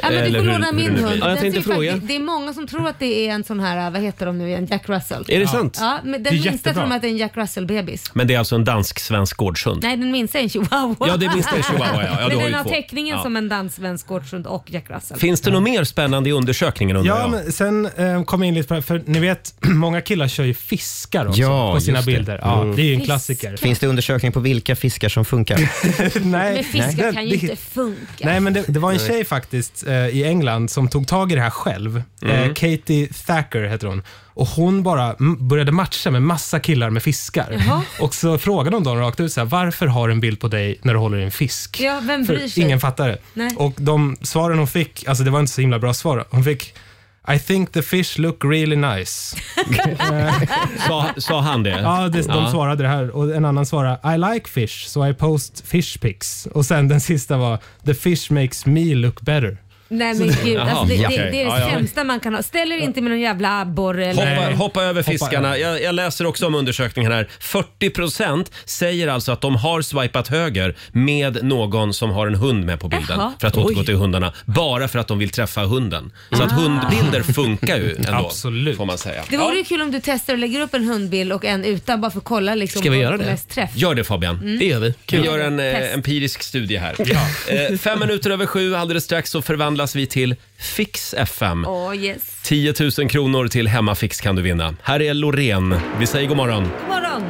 [SPEAKER 2] Ja, men
[SPEAKER 1] Mm. Eller
[SPEAKER 2] du får
[SPEAKER 1] hur-
[SPEAKER 2] låna
[SPEAKER 1] hur det nu
[SPEAKER 2] min
[SPEAKER 1] blir.
[SPEAKER 2] hund.
[SPEAKER 8] Ja, jag
[SPEAKER 2] Den
[SPEAKER 8] tänkte
[SPEAKER 2] ser ju
[SPEAKER 8] fråga.
[SPEAKER 2] faktiskt- det är många som tror att det är en sån här, vad heter de nu igen, Jack Russell.
[SPEAKER 8] Är det sant?
[SPEAKER 2] Ja, men den
[SPEAKER 10] Det är
[SPEAKER 2] minsta
[SPEAKER 10] jättebra.
[SPEAKER 2] tror de att det är en Jack Russell-bebis.
[SPEAKER 1] Men det är alltså en dansk-svensk gårdshund.
[SPEAKER 2] Nej, den minsta är en chihuahua.
[SPEAKER 1] Ja, det minsta är chihuahua. Ja. Ja, du
[SPEAKER 2] men
[SPEAKER 1] har
[SPEAKER 2] den
[SPEAKER 1] ju
[SPEAKER 2] har
[SPEAKER 1] två.
[SPEAKER 2] teckningen
[SPEAKER 1] Ja.
[SPEAKER 2] som en dansk-svensk gårdshund och Jack Russell.
[SPEAKER 1] Finns det något mer spännande i undersökningen undrar
[SPEAKER 10] Ja,
[SPEAKER 1] jag?
[SPEAKER 10] men sen eh, kom jag in lite på för ni vet, många killar kör ju fiskar också
[SPEAKER 5] Ja,
[SPEAKER 10] på sina
[SPEAKER 5] just det.
[SPEAKER 10] bilder. Ja, Det är ju en klassiker.
[SPEAKER 5] Finns det undersökning på vilka fiskar som funkar?
[SPEAKER 10] Nej,
[SPEAKER 2] Men fiskar
[SPEAKER 10] nej.
[SPEAKER 2] kan ju
[SPEAKER 10] Det-
[SPEAKER 2] inte funka.
[SPEAKER 10] Nej, men det, det var en tjej faktiskt journalist eh, i England som tog tag i det här själv. Eh,
[SPEAKER 11] Mm.
[SPEAKER 10] Katie Thacker heter hon. Och Hon bara m- började matcha med massa killar med fiskar.
[SPEAKER 2] Jaha.
[SPEAKER 10] Och Så frågade hon dem rakt ut, så här, varför har du en bild på dig när du håller i en fisk?
[SPEAKER 2] Ja, vem bryr
[SPEAKER 10] För
[SPEAKER 2] sig?
[SPEAKER 10] ingen fattar det.
[SPEAKER 2] Nej.
[SPEAKER 10] Och de svaren hon fick, alltså det var inte så himla bra svar. Hon fick I think the fish look really nice.
[SPEAKER 1] Sa, sa han det?
[SPEAKER 10] Ja, det, de
[SPEAKER 1] Ja.
[SPEAKER 10] svarade det här. Och en annan svarade I like fish, so I post fish pics. Och sen den sista var The fish makes me look better.
[SPEAKER 2] Nej men
[SPEAKER 10] Så-
[SPEAKER 2] gud, alltså, det,
[SPEAKER 10] Jaha,
[SPEAKER 2] det,
[SPEAKER 10] okej.
[SPEAKER 2] det är det
[SPEAKER 10] Ja, ja.
[SPEAKER 2] sämsta man kan ha. Ställ er inte med någon jävla abborre eller...
[SPEAKER 1] Hoppa, hoppa över fiskarna. Jag, jag läser också om undersökningen här. 40% säger alltså att de har swipat höger med någon som har en hund med på bilden.
[SPEAKER 2] Jaha.
[SPEAKER 1] För att återgå
[SPEAKER 2] Oj. Ah.
[SPEAKER 1] till hundarna. Bara för att de vill träffa hunden. Så att hundbilder funkar ju ändå. Absolut. Får man säga.
[SPEAKER 2] Det vore ju kul om du testar och lägger upp en hundbild och en utan bara för att kolla liksom,
[SPEAKER 1] Ska vi
[SPEAKER 2] vad
[SPEAKER 1] göra
[SPEAKER 2] som
[SPEAKER 1] det?
[SPEAKER 2] mest träff.
[SPEAKER 1] Gör det Fabian.
[SPEAKER 2] Mm. Det gör vi. Kul.
[SPEAKER 1] Vi gör en eh,
[SPEAKER 2] Test.
[SPEAKER 1] empirisk studie här. Eh, fem minuter över sju alldeles strax så förvandlas vi till Fix FM.
[SPEAKER 2] Åh yes.
[SPEAKER 1] 10 000 kronor till Hemmafix kan du vinna. Här är Loreen. Vi säger god morgon.
[SPEAKER 2] God morgon.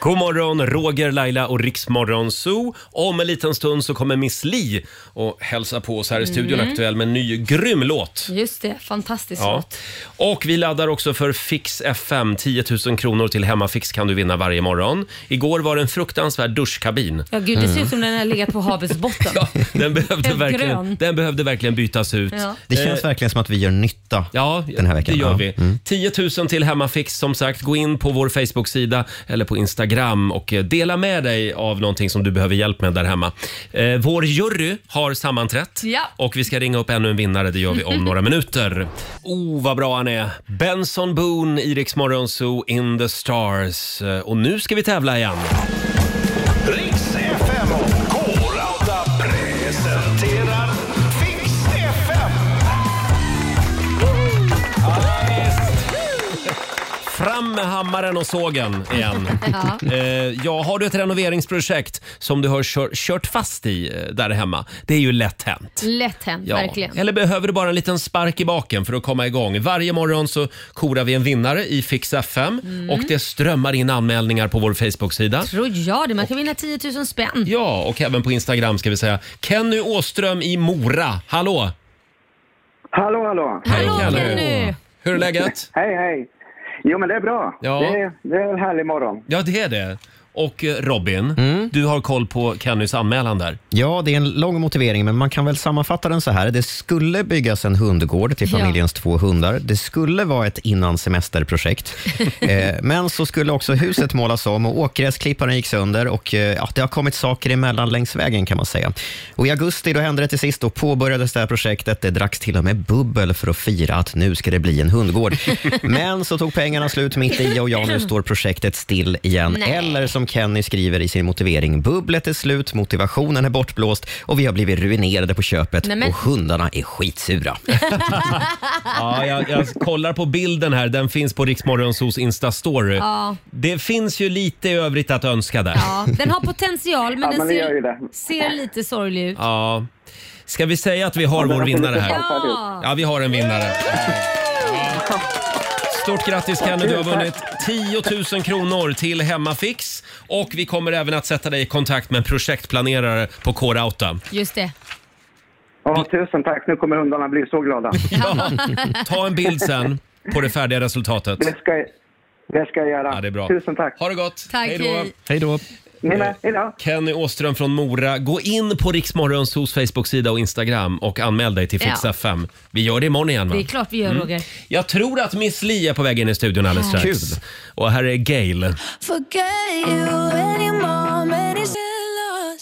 [SPEAKER 1] God morgon, Roger, Laila och Riksmorgon Zoo. Om en liten stund så kommer Miss Li och hälsa på oss här i studion
[SPEAKER 2] Mm.
[SPEAKER 1] Aktuell med en ny grym låt.
[SPEAKER 2] Just det, fantastiskt
[SPEAKER 1] Ja.
[SPEAKER 2] låt.
[SPEAKER 1] Och vi laddar också för Fix FM. 10 000 kronor till Hemmafix kan du vinna varje morgon. Igår var det en fruktansvärd duschkabin.
[SPEAKER 2] Ja gud, det
[SPEAKER 10] Mm.
[SPEAKER 2] ser ut som den har legat på havets botten.
[SPEAKER 1] Den behövde,
[SPEAKER 2] Helt
[SPEAKER 1] verkligen,
[SPEAKER 2] grön.
[SPEAKER 1] den behövde verkligen bytas ut.
[SPEAKER 2] Ja.
[SPEAKER 5] Det känns verkligen som att vi gör nytta
[SPEAKER 1] ja,
[SPEAKER 5] den här veckan.
[SPEAKER 1] Det gör
[SPEAKER 5] Ja. Mm.
[SPEAKER 1] vi. 10 000 till Hemmafix som sagt. Gå in på vår Facebook-sida eller på Instagram och eh, dela med dig av någonting som du behöver hjälp med där hemma. Eh, vår jury har sammanträtt
[SPEAKER 2] Ja.
[SPEAKER 1] och vi ska ringa upp ännu en vinnare. Det gör vi om några minuter. Oh, vad bra han är! Benson Boone, Iriks Morgonzoo, In the Stars. Eh, Och nu ska vi tävla igen.
[SPEAKER 3] Riks FM och K-Rauta presenterar Fix FM.
[SPEAKER 1] Fram med hammaren och sågen igen.
[SPEAKER 3] Ja.
[SPEAKER 1] Eh, ja, har du ett renoveringsprojekt som du har kör, kört fast i eh, där hemma? Det är ju lätt hänt.
[SPEAKER 2] Lätt hänt,
[SPEAKER 1] Ja.
[SPEAKER 2] Mm, verkligen.
[SPEAKER 1] Eller behöver du bara en liten spark i baken för att komma igång? Varje morgon så korar vi en vinnare i Fix FM
[SPEAKER 2] Mm.
[SPEAKER 1] och det strömmar in anmälningar på vår Facebook-sida.
[SPEAKER 2] Tror jag det, man kan vinna 10 000 spänn.
[SPEAKER 1] Ja, och även på Instagram ska vi säga. Kenny Åström i Mora. Hallå!
[SPEAKER 12] Hallå, hallå!
[SPEAKER 1] Hallå, Kenny! Hur är läget?
[SPEAKER 12] Hej, hej! Jo, men det är bra.
[SPEAKER 1] Ja.
[SPEAKER 12] Det, är, det är en härlig morgon.
[SPEAKER 1] Ja, det är det. Och eh, Robin, du har koll på Kennys anmälan där.
[SPEAKER 5] Ja, det är en lång motivering, men man kan väl sammanfatta den så här. Det skulle byggas en hundgård till
[SPEAKER 2] Ja.
[SPEAKER 5] familjens två hundar. Det skulle vara ett innan semesterprojekt. eh, men så skulle också huset målas om och åkgräsklipparen gick sönder och eh, ja, det har kommit saker emellan längs vägen kan man säga. Och I augusti då hände det till sist. Då påbörjades det här projektet. Det dracks till och med bubbel för att fira att nu ska det bli en hundgård. men så tog pengarna slut mitt i och ja, nu står projektet still igen.
[SPEAKER 11] Nej.
[SPEAKER 5] Eller eller som Kenny skriver i sin motivering, bubblet är slut, motivationen är bortblåst och vi har blivit ruinerade på köpet
[SPEAKER 2] Nej, men-
[SPEAKER 5] och hundarna är skitsura.
[SPEAKER 1] Ja, jag, jag kollar på bilden här. Den finns på Riksmorgonsos Insta-story.
[SPEAKER 2] Ja.
[SPEAKER 1] Det finns ju lite i övrigt att önska där.
[SPEAKER 2] Ja, den har potential men
[SPEAKER 1] Ja,
[SPEAKER 2] den
[SPEAKER 1] men det gör ju
[SPEAKER 2] ser,
[SPEAKER 1] det.
[SPEAKER 2] ser lite sorglig ut.
[SPEAKER 1] Ja. Ska vi säga att vi har vår vinnare här?
[SPEAKER 2] Ja.
[SPEAKER 1] Ja, vi har en vinnare. Stort grattis Kenny, du har vunnit 10 000 kronor till Hemmafix. Och vi kommer även att sätta dig i kontakt med en projektplanerare på K-Rauta.
[SPEAKER 2] Just det.
[SPEAKER 12] Ja, tusen tack. Nu kommer hundarna bli så glada.
[SPEAKER 1] Ja. Ta en bild sen på det färdiga resultatet.
[SPEAKER 12] Det ska, jag- det ska jag göra.
[SPEAKER 1] Ja, det är bra.
[SPEAKER 12] Tusen tack.
[SPEAKER 1] Ha det gott.
[SPEAKER 2] Tack,
[SPEAKER 1] Hej då.
[SPEAKER 2] hej.
[SPEAKER 1] Hej då.
[SPEAKER 12] Ni med. Hej då.
[SPEAKER 1] Kenny Åström från Mora. Gå in på Riksmorgons hos Facebook-sida och Instagram och anmäl dig till Fix
[SPEAKER 2] Ja.
[SPEAKER 1] FM. Vi gör det imorgon igen va?
[SPEAKER 2] Det är klart vi gör Roger.
[SPEAKER 1] Jag tror att Miss Li är på väg in i studion alldeles strax.
[SPEAKER 2] Kul.
[SPEAKER 1] Och här är Gail.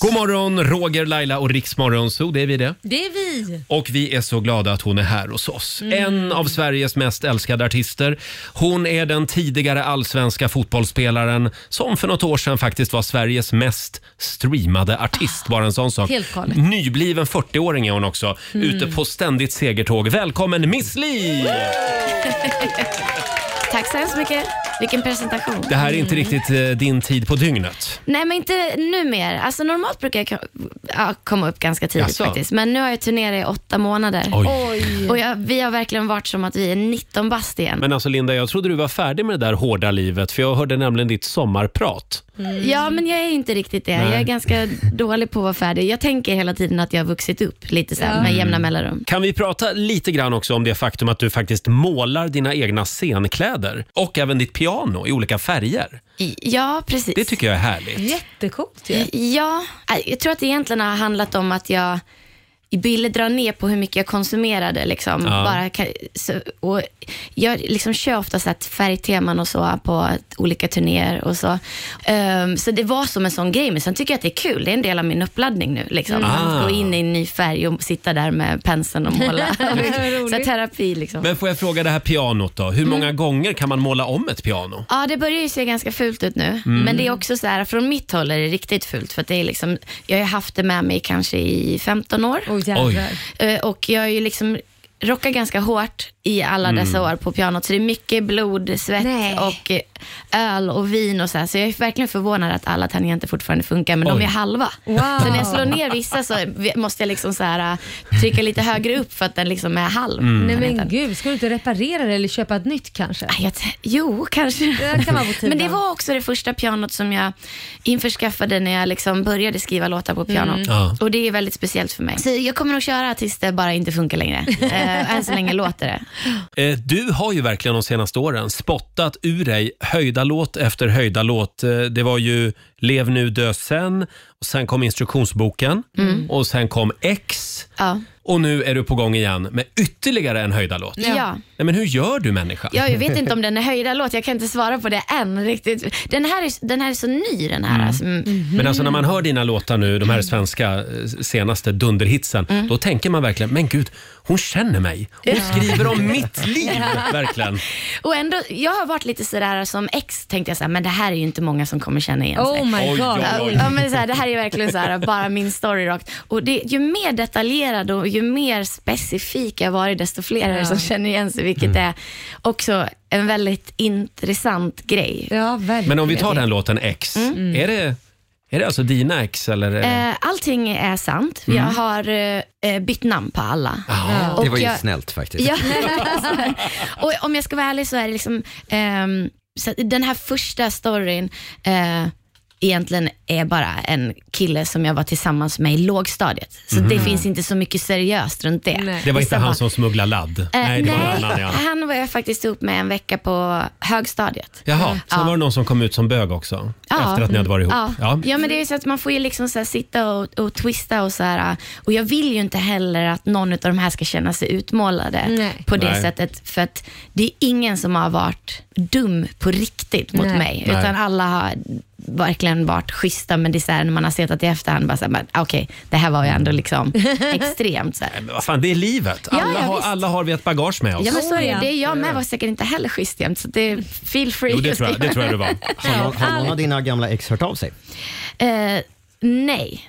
[SPEAKER 1] God morgon, Roger, Laila och Riksmorgon Zoo. Det är vi det.
[SPEAKER 2] Det är vi.
[SPEAKER 1] Och vi är så glada att hon är här hos oss.
[SPEAKER 2] Mm.
[SPEAKER 1] En av Sveriges mest älskade artister. Hon är den tidigare allsvenska fotbollsspelaren som för något år sedan faktiskt var Sveriges mest streamade artist. Bara en sån sak.
[SPEAKER 2] Helt galet.
[SPEAKER 1] Nybliven 40-åring är hon också.
[SPEAKER 2] Mm.
[SPEAKER 1] Ute på ständigt segertåg. Välkommen Miss Li!
[SPEAKER 11] Tack så hemskt mycket. Vilken presentation.
[SPEAKER 1] Det här är inte
[SPEAKER 11] Mm.
[SPEAKER 1] riktigt eh, din tid på dygnet.
[SPEAKER 11] Nej, men inte nu mer. Alltså, normalt brukar jag ko- ja, komma upp ganska tidigt
[SPEAKER 1] Jaså?
[SPEAKER 11] faktiskt. Men nu har jag turnerat i åtta månader.
[SPEAKER 1] Oj.
[SPEAKER 11] Och jag, vi har verkligen varit som att vi är 19 bast igen.
[SPEAKER 1] Men alltså Linda, jag trodde du var färdig med det där hårda livet för jag hörde nämligen ditt sommarprat.
[SPEAKER 11] Ja, men jag är inte riktigt det.
[SPEAKER 1] Nej.
[SPEAKER 11] Jag är ganska dålig på att vara färdig. Jag tänker hela tiden att jag har vuxit upp lite så här,
[SPEAKER 1] Ja.
[SPEAKER 11] med jämna mellanrum.
[SPEAKER 1] Kan vi prata lite grann också om det faktum att du faktiskt målar dina egna scenkläder och även ditt piano i olika färger?
[SPEAKER 11] Ja, precis.
[SPEAKER 1] Det tycker jag är härligt.
[SPEAKER 11] Jättecoolt ju. Ja, Äh, jag tror att det egentligen har handlat om att jag ville dra ner på hur mycket jag konsumerade. Liksom.
[SPEAKER 13] Ja.
[SPEAKER 11] Bara, ka- så, och jag liksom kör ofta så här färgteman och så på olika turnéer och så. Ehm, så det var som en sån grej, men sen tycker jag att det är kul. Det är en del av min uppladdning nu. Liksom.
[SPEAKER 1] Mm. Ah.
[SPEAKER 11] Att gå in i en ny färg och sitta där med penseln och måla. så här terapi liksom.
[SPEAKER 1] Men får jag fråga det här pianot då? Hur
[SPEAKER 11] Mm.
[SPEAKER 1] många gånger kan man måla om ett piano?
[SPEAKER 11] Ja, det börjar ju se ganska fult ut nu.
[SPEAKER 1] Mm.
[SPEAKER 11] Men det är också så här, från mitt håll är det riktigt fult. För att det är liksom, jag har ju haft det med mig kanske i 15 år.
[SPEAKER 13] jävlar.
[SPEAKER 11] Eh, Och jag är ju liksom rockat ganska hårt i alla
[SPEAKER 13] Mm.
[SPEAKER 11] dessa år på pianot. Så det är mycket blod, svett och eh, öl och vin och så här. Så jag är verkligen förvånad att alla tangenter fortfarande funkar, men
[SPEAKER 13] Oj.
[SPEAKER 11] de är halva. Så när jag slår ner vissa så måste jag liksom så här, eh, trycka lite högre upp för att den liksom är halv.
[SPEAKER 1] Mm. Nej, men
[SPEAKER 11] gud, ska du inte reparera det eller köpa ett nytt kanske? Ah, Jag, t- jo, kanske.
[SPEAKER 2] Det kan vara på tiden.
[SPEAKER 11] Men det var också det första pianot som jag införskaffade när jag liksom började skriva låtar på piano.
[SPEAKER 13] Mm. Ja.
[SPEAKER 11] Och det är väldigt speciellt för mig. Så jag kommer nog köra tills det bara inte funkar längre. Eh, Än så länge låter det.
[SPEAKER 1] Eh, Du har ju verkligen de senaste åren spottat ur dig höjda låt efter höjda låt. Eh, Det var ju Lev nu, dö sen. Och sen kom instruktionsboken
[SPEAKER 11] Mm.
[SPEAKER 1] och sen kom X.
[SPEAKER 11] Ja.
[SPEAKER 1] Och nu är du på gång igen med ytterligare en höjda låt.
[SPEAKER 11] Ja. Ja.
[SPEAKER 1] Nej, men hur gör du människa?
[SPEAKER 11] Ja, jag vet inte om den är höjda låt, jag kan inte svara på det än riktigt. Den här är, den här är så ny den här. Alltså. Mm.
[SPEAKER 1] Men alltså när man hör dina låtar nu, de här svenska eh, senaste dunderhitsen,
[SPEAKER 11] Mm.
[SPEAKER 1] då tänker man verkligen, men gud, hon känner mig. Hon
[SPEAKER 11] Ja.
[SPEAKER 1] skriver om mitt liv,
[SPEAKER 11] Ja.
[SPEAKER 1] verkligen.
[SPEAKER 11] Och ändå, jag har varit lite sådär som ex, tänkte jag såhär, men det här är ju inte många som kommer känna igen sig.
[SPEAKER 2] Oh my Oj, God. oj, oj.
[SPEAKER 11] Ja, men såhär, det här är verkligen såhär, bara min story rakt. Och det, ju mer detaljerad och ju mer specifik jag varit, desto fler är det
[SPEAKER 2] Ja.
[SPEAKER 11] som känner igen sig, vilket
[SPEAKER 5] Mm.
[SPEAKER 11] är också en väldigt intressant grej. Ja, verkligen.
[SPEAKER 1] Men om vi tar den låten X,
[SPEAKER 11] Mm.
[SPEAKER 1] är, det, är det alltså dina ex eller? är det-
[SPEAKER 11] Eh, Allting är sant.
[SPEAKER 1] Mm.
[SPEAKER 11] Jag har eh, bytt namn på alla. Och
[SPEAKER 5] Det var ju
[SPEAKER 11] jag-
[SPEAKER 5] snällt faktiskt.
[SPEAKER 11] Ja. och om jag ska vara ärlig så är det liksom, ehm, så att den här första storyn eh, egentligen är bara en kille som jag var tillsammans med i lågstadiet. Så
[SPEAKER 1] Mhm.
[SPEAKER 11] det finns inte så mycket seriöst runt det.
[SPEAKER 1] Det var inte
[SPEAKER 11] är
[SPEAKER 1] han
[SPEAKER 11] bara-
[SPEAKER 1] som smugglade ladd?
[SPEAKER 11] Eh,
[SPEAKER 1] nej, det var någon annan
[SPEAKER 11] nej,
[SPEAKER 1] ja.
[SPEAKER 11] han var jag faktiskt ihop med en vecka på högstadiet.
[SPEAKER 1] Jaha, sen
[SPEAKER 11] Ja.
[SPEAKER 1] var det någon som kom ut som bög också? Efter att ni hade varit ihop?
[SPEAKER 11] Ja. Ja. men det är ju så att man får ju liksom så här sitta och, och twista och så här. äh, Och jag vill ju inte heller att någon av de här ska känna sig utmålade
[SPEAKER 13] Nej.
[SPEAKER 11] på det
[SPEAKER 13] Nej.
[SPEAKER 11] sättet. För att det är ingen som har varit dum på riktigt mot
[SPEAKER 13] Nej.
[SPEAKER 11] mig.
[SPEAKER 13] Nej.
[SPEAKER 11] Utan alla har verkligen varit schyssta, men det är så här när man har sett att i efterhand, bara så här, men, okej, det här var ju ändå liksom extremt. Så här.
[SPEAKER 1] Men Vad fan, det är livet.
[SPEAKER 11] Ja,
[SPEAKER 1] Alla,
[SPEAKER 11] ja,
[SPEAKER 1] har,
[SPEAKER 11] visst.
[SPEAKER 1] alla har vi ett bagage med oss.
[SPEAKER 2] Oh,
[SPEAKER 11] Ja, men så är det. det är jag med var säkert inte heller schysst jämt, så det, feel free.
[SPEAKER 1] Jo, det
[SPEAKER 11] att
[SPEAKER 1] tror jag, det
[SPEAKER 11] skriva.
[SPEAKER 1] tror jag det var.
[SPEAKER 5] Har någon, har någon av dina gamla ex hört av sig?
[SPEAKER 11] Eh, nej.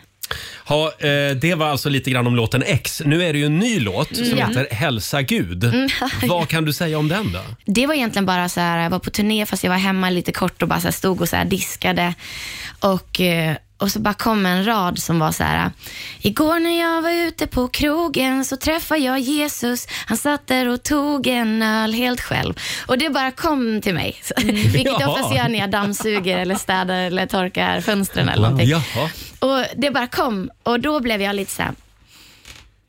[SPEAKER 1] Ha, eh, det var alltså lite grann om låten X. Nu är det ju en ny låt som
[SPEAKER 11] Mm. Ja.
[SPEAKER 1] heter Hälsa Gud.
[SPEAKER 11] Mm.
[SPEAKER 1] Vad kan du säga om den då?
[SPEAKER 11] Det var egentligen bara så här, jag var på turné fast jag var hemma lite kort och bara så här stod och så här diskade. Och, eh, och så bara kom en rad som var så här, igår när jag var ute på krogen så träffade jag Jesus. Han satt där och tog en öl helt själv. Och det bara kom till mig. Så- Vilket jag
[SPEAKER 13] Jaha.
[SPEAKER 11] oftast gör när jag dammsuger eller städar eller torkar fönstren eller någonting.
[SPEAKER 1] Jaha.
[SPEAKER 11] Och det bara kom och då blev jag lite så här.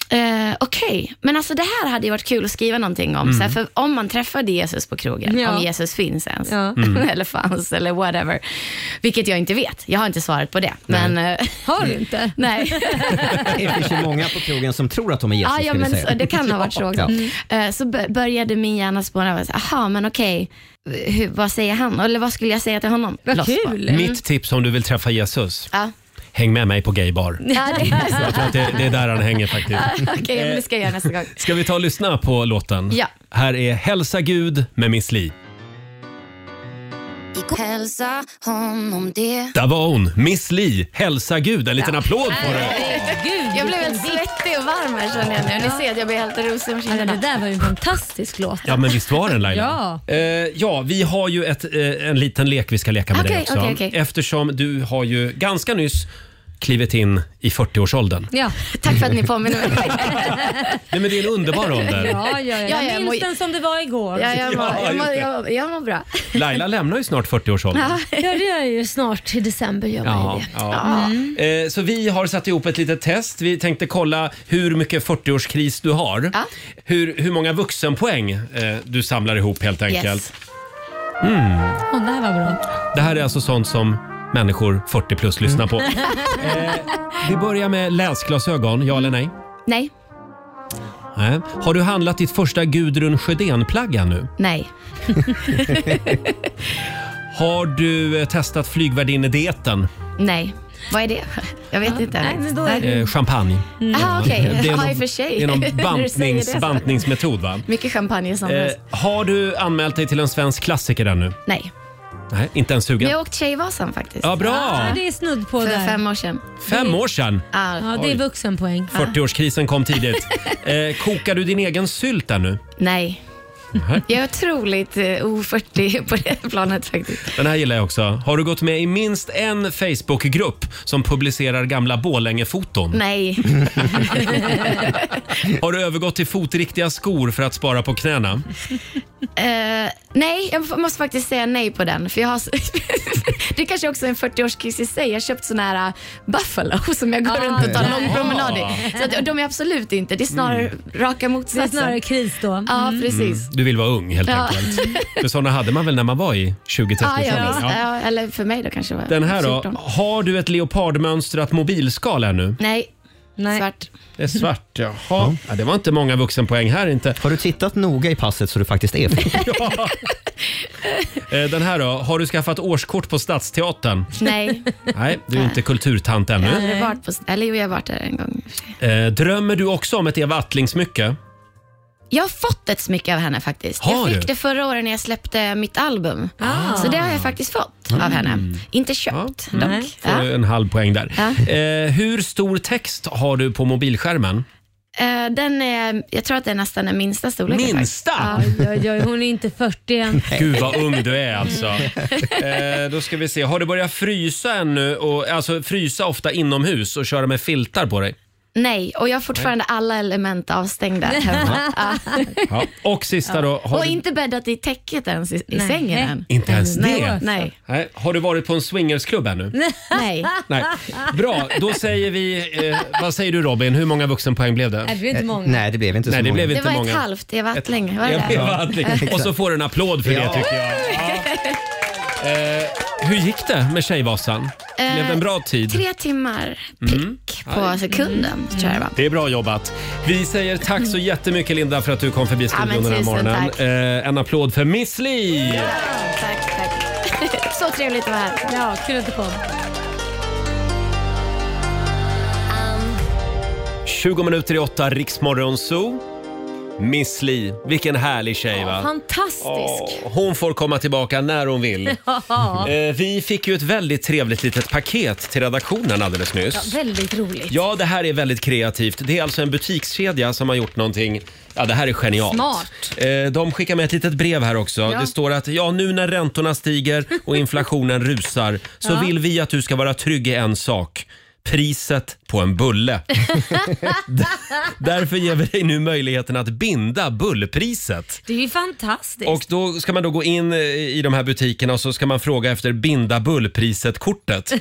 [SPEAKER 11] eh, Okej, men alltså det här hade ju varit kul att skriva någonting om.
[SPEAKER 13] Mm.
[SPEAKER 11] Så här, för om man träffade Jesus på krogen,
[SPEAKER 13] Ja.
[SPEAKER 11] om Jesus finns ens,
[SPEAKER 13] Ja. Mm.
[SPEAKER 11] eller fanns, eller whatever. Vilket jag inte vet. Jag har inte svaret på det. Men, har du inte? Nej.
[SPEAKER 5] Det finns ju många på krogen som tror att de är Jesus.
[SPEAKER 11] ja, ja,
[SPEAKER 5] ska vi
[SPEAKER 11] men
[SPEAKER 5] säga.
[SPEAKER 11] så, det kan ha varit så.
[SPEAKER 5] Ja.
[SPEAKER 11] Eh, Så bö- började min hjärna spåna. Jag bara, Jaha, men okej, hur- vad säger han? Eller vad skulle jag säga till honom? Vad
[SPEAKER 2] Mm.
[SPEAKER 1] Mitt tips om du vill träffa Jesus,
[SPEAKER 11] Ja.
[SPEAKER 1] häng med mig på gaybar.
[SPEAKER 11] Ja, det
[SPEAKER 1] Jag tror att det, det är där han hänger faktiskt.
[SPEAKER 11] Okej, men det ska jag göra nästa gång.
[SPEAKER 1] Ska vi ta och lyssna på låten?
[SPEAKER 11] Ja.
[SPEAKER 1] Här är Hälsa Gud med Miss Li.
[SPEAKER 11] Igår hälsa honom det.
[SPEAKER 1] Där var hon, Miss Li. Hälsa Gud. En liten applåd på dig.
[SPEAKER 11] Jag blev helt svettig och varm här känner jag nu. Ni ser att jag blir helt rosig om kinderna.
[SPEAKER 2] Alltså, det där var ju en fantastisk låt.
[SPEAKER 1] Ja, men visst var den Laila?
[SPEAKER 2] Ja.
[SPEAKER 1] Eh, ja, vi har ju ett, eh, en liten lek vi ska leka med
[SPEAKER 2] Okej,
[SPEAKER 1] dig också.
[SPEAKER 2] okej, okej.
[SPEAKER 1] Eftersom du har ju ganska nyss klivit in i 40-årsåldern.
[SPEAKER 2] Ja.
[SPEAKER 11] Tack för att ni påminner mig.
[SPEAKER 1] Nej, men det är en underbar ålder.
[SPEAKER 2] Ja, ja, ja.
[SPEAKER 11] Ja,
[SPEAKER 2] Jag
[SPEAKER 11] jag
[SPEAKER 2] minns
[SPEAKER 11] mår-
[SPEAKER 2] den som det var igår.
[SPEAKER 11] Ja, jag mår,
[SPEAKER 1] Ja,
[SPEAKER 11] jag mår,
[SPEAKER 1] just det.
[SPEAKER 11] jag, jag mår bra.
[SPEAKER 1] Laila lämnar ju snart 40-årsåldern.
[SPEAKER 11] Ja, det gör jag ju snart i december. Gör
[SPEAKER 1] Ja, ja. Eh, Så vi har satt ihop ett litet test. Vi tänkte kolla hur mycket 40-årskris du har. Hur, hur många vuxenpoäng eh, du samlar ihop helt enkelt.
[SPEAKER 2] Yes.
[SPEAKER 1] Mm.
[SPEAKER 2] Åh, det här var bra.
[SPEAKER 1] Det här är alltså sånt som människor 40 plus lyssnar på. Eh, Vi börjar med läsglasögon, ja eller nej?
[SPEAKER 11] Nej,
[SPEAKER 1] nej. Har du handlat ditt första Gudrun Sjödén-plagg ännu?
[SPEAKER 11] nej,
[SPEAKER 1] Har du eh, testat flygvärdinnedieten?
[SPEAKER 11] nej. Vad är det? Jag vet inte. Nej, men då är
[SPEAKER 1] Eh, champagne.
[SPEAKER 11] Jaha, okej.
[SPEAKER 1] Det är
[SPEAKER 11] Ja,
[SPEAKER 1] någon-
[SPEAKER 11] i och för sig.
[SPEAKER 1] Det är någon
[SPEAKER 11] När du säger
[SPEAKER 1] bantnings,
[SPEAKER 11] det så.
[SPEAKER 1] bantningsmetod va?
[SPEAKER 11] Mycket champagne som
[SPEAKER 1] Eh, har du anmält dig till en svensk klassiker ännu?
[SPEAKER 11] Nej.
[SPEAKER 1] Nej, inte ens
[SPEAKER 11] Men
[SPEAKER 1] sugen?
[SPEAKER 11] jag har åkt Tjejvasan faktiskt.
[SPEAKER 1] Ja, bra. Ja, det
[SPEAKER 2] är snudd på
[SPEAKER 11] För
[SPEAKER 2] där.
[SPEAKER 11] fem år sedan. Ah,
[SPEAKER 1] Fem år sedan?
[SPEAKER 11] Ja,
[SPEAKER 2] Ja, det är vuxenpoäng.
[SPEAKER 1] 40-årskrisen kom tidigt. Eh, kokar du din egen sylt ännu?
[SPEAKER 11] Nej.
[SPEAKER 1] Nej.
[SPEAKER 11] Jag är otroligt eh, O40 på det planet faktiskt.
[SPEAKER 1] Den här gillar jag också. Har du gått med i minst en Facebookgrupp som publicerar gamla Borlängefoton?
[SPEAKER 11] Nej.
[SPEAKER 1] Har du övergått till fotriktiga skor för att spara på knäna?
[SPEAKER 11] Eh, nej, jag f- måste faktiskt säga nej på den. För jag har, s- det kanske också är en 40-årskris i sig. Jag har köpt såna här eh, Buffalo som jag går
[SPEAKER 2] Ah,
[SPEAKER 11] runt och tar en lång
[SPEAKER 2] ja.
[SPEAKER 11] promenad i. Så att, de är absolut inte, det är snarare raka
[SPEAKER 2] Det är
[SPEAKER 11] motsatsen.
[SPEAKER 2] snarare kris då.
[SPEAKER 11] Ja, precis.
[SPEAKER 1] Mm, du vill vara ung helt
[SPEAKER 11] Ja.
[SPEAKER 1] enkelt. För såna hade man väl när man var i 20-30
[SPEAKER 11] Ja, ja,
[SPEAKER 1] Ja.
[SPEAKER 11] visst. Ja, eller för mig då kanske det var
[SPEAKER 1] Den här då.
[SPEAKER 11] 14.
[SPEAKER 1] Har du ett leopardmönstrat mobilskal ännu?
[SPEAKER 11] Nej. Svart.
[SPEAKER 1] Det är svart, jaha. Ja. det var inte många vuxenpoäng här inte.
[SPEAKER 5] Har du tittat noga i passet så du faktiskt är
[SPEAKER 1] Eh, Den här då. Har du skaffat årskort på Stadsteatern?
[SPEAKER 11] Nej.
[SPEAKER 1] Nej, du är inte kulturtant
[SPEAKER 11] Jag har
[SPEAKER 1] ännu.
[SPEAKER 11] aldrig varit på... Eller jo, jag har varit där en gång.
[SPEAKER 1] Eh, Drömmer du också om ett Eva Attling-smycke?
[SPEAKER 11] Jag har fått ett smycke av henne faktiskt.
[SPEAKER 1] Har
[SPEAKER 11] jag fick
[SPEAKER 1] du?
[SPEAKER 11] det förra året när jag släppte mitt album.
[SPEAKER 2] Ah.
[SPEAKER 1] Ah.
[SPEAKER 11] Så det har jag faktiskt fått av henne. Inte köpt dock.
[SPEAKER 1] Mm. Får du en halv poäng där. Eh, hur stor text har du på mobilskärmen?
[SPEAKER 11] Eh, Den är, jag tror att det är nästan den minsta storleken.
[SPEAKER 1] Minsta?
[SPEAKER 11] faktiskt.
[SPEAKER 2] Oj, oj, oj, hon är inte 40 än.
[SPEAKER 1] Gud vad ung du är alltså. Eh, då ska vi se. Har du börjat frysa ännu? Och, alltså frysa ofta inomhus och köra med filtar på dig?
[SPEAKER 11] Nej, och jag har fortfarande alla element avstängda hemma. Ja.
[SPEAKER 1] Ja. Och sista då. Har
[SPEAKER 11] Och
[SPEAKER 1] du,
[SPEAKER 11] inte bäddat i täcket ens i, i sängen än.
[SPEAKER 1] Inte ens det?
[SPEAKER 11] Nej. Nej.
[SPEAKER 1] Nej. Har du varit på en swingersklubb ännu?
[SPEAKER 11] Nej.
[SPEAKER 1] Nej. Bra, då säger vi... Eh, vad säger du Robin? Hur många vuxenpoäng blev det?
[SPEAKER 11] Nej, det blev inte många. Eh, nej,
[SPEAKER 1] det blev inte
[SPEAKER 5] så
[SPEAKER 1] Nej, det
[SPEAKER 5] många.
[SPEAKER 1] Blev
[SPEAKER 11] Det
[SPEAKER 1] inte
[SPEAKER 11] var
[SPEAKER 1] många.
[SPEAKER 11] ett halvt Eva Attling. Var det
[SPEAKER 1] Eva Attling. Och så får du en applåd för det
[SPEAKER 5] Ja.
[SPEAKER 1] tycker jag. Ja. Eh, hur gick det med Tjejvasan?
[SPEAKER 11] Eh,
[SPEAKER 1] Blev det en bra tid?
[SPEAKER 11] Tre timmar
[SPEAKER 1] Mm.
[SPEAKER 11] på sekunden tror jag det var.
[SPEAKER 1] Det är bra jobbat. Vi säger tack så jättemycket Linda för att du kom förbi studion
[SPEAKER 11] men
[SPEAKER 1] den här
[SPEAKER 11] tusen
[SPEAKER 1] morgonen.
[SPEAKER 11] tack.
[SPEAKER 1] Eh, en applåd för Miss Li!
[SPEAKER 11] Mm. Tack, tack. Så trevligt att vara här.
[SPEAKER 2] Ja, kul att du kom.
[SPEAKER 1] 20 minuter i åtta, Riksmorgon Zoo. Miss Li, vilken härlig tjej va?
[SPEAKER 2] Fantastisk.
[SPEAKER 1] Åh, Hon får komma tillbaka när hon vill.
[SPEAKER 2] Ja.
[SPEAKER 1] Eh, vi fick ju ett väldigt trevligt litet paket till redaktionen alldeles
[SPEAKER 2] Ja,
[SPEAKER 1] nyss.
[SPEAKER 2] väldigt roligt.
[SPEAKER 1] Ja, det här är väldigt kreativt. Det är alltså en butikskedja som har gjort någonting. Ja, det här är genialt.
[SPEAKER 2] Smart.
[SPEAKER 1] Eh, De skickar med ett litet brev här också.
[SPEAKER 2] Ja.
[SPEAKER 1] Det står att ja, nu när räntorna stiger och inflationen rusar så
[SPEAKER 2] Ja.
[SPEAKER 1] vill vi att du ska vara trygg i en sak. Priset på en bulle. D- Därför ger vi dig nu möjligheten att binda bullpriset.
[SPEAKER 2] Det är ju fantastiskt.
[SPEAKER 1] Och då ska man då gå in eh, i de här butikerna och så ska man fråga efter binda bullpriset-kortet.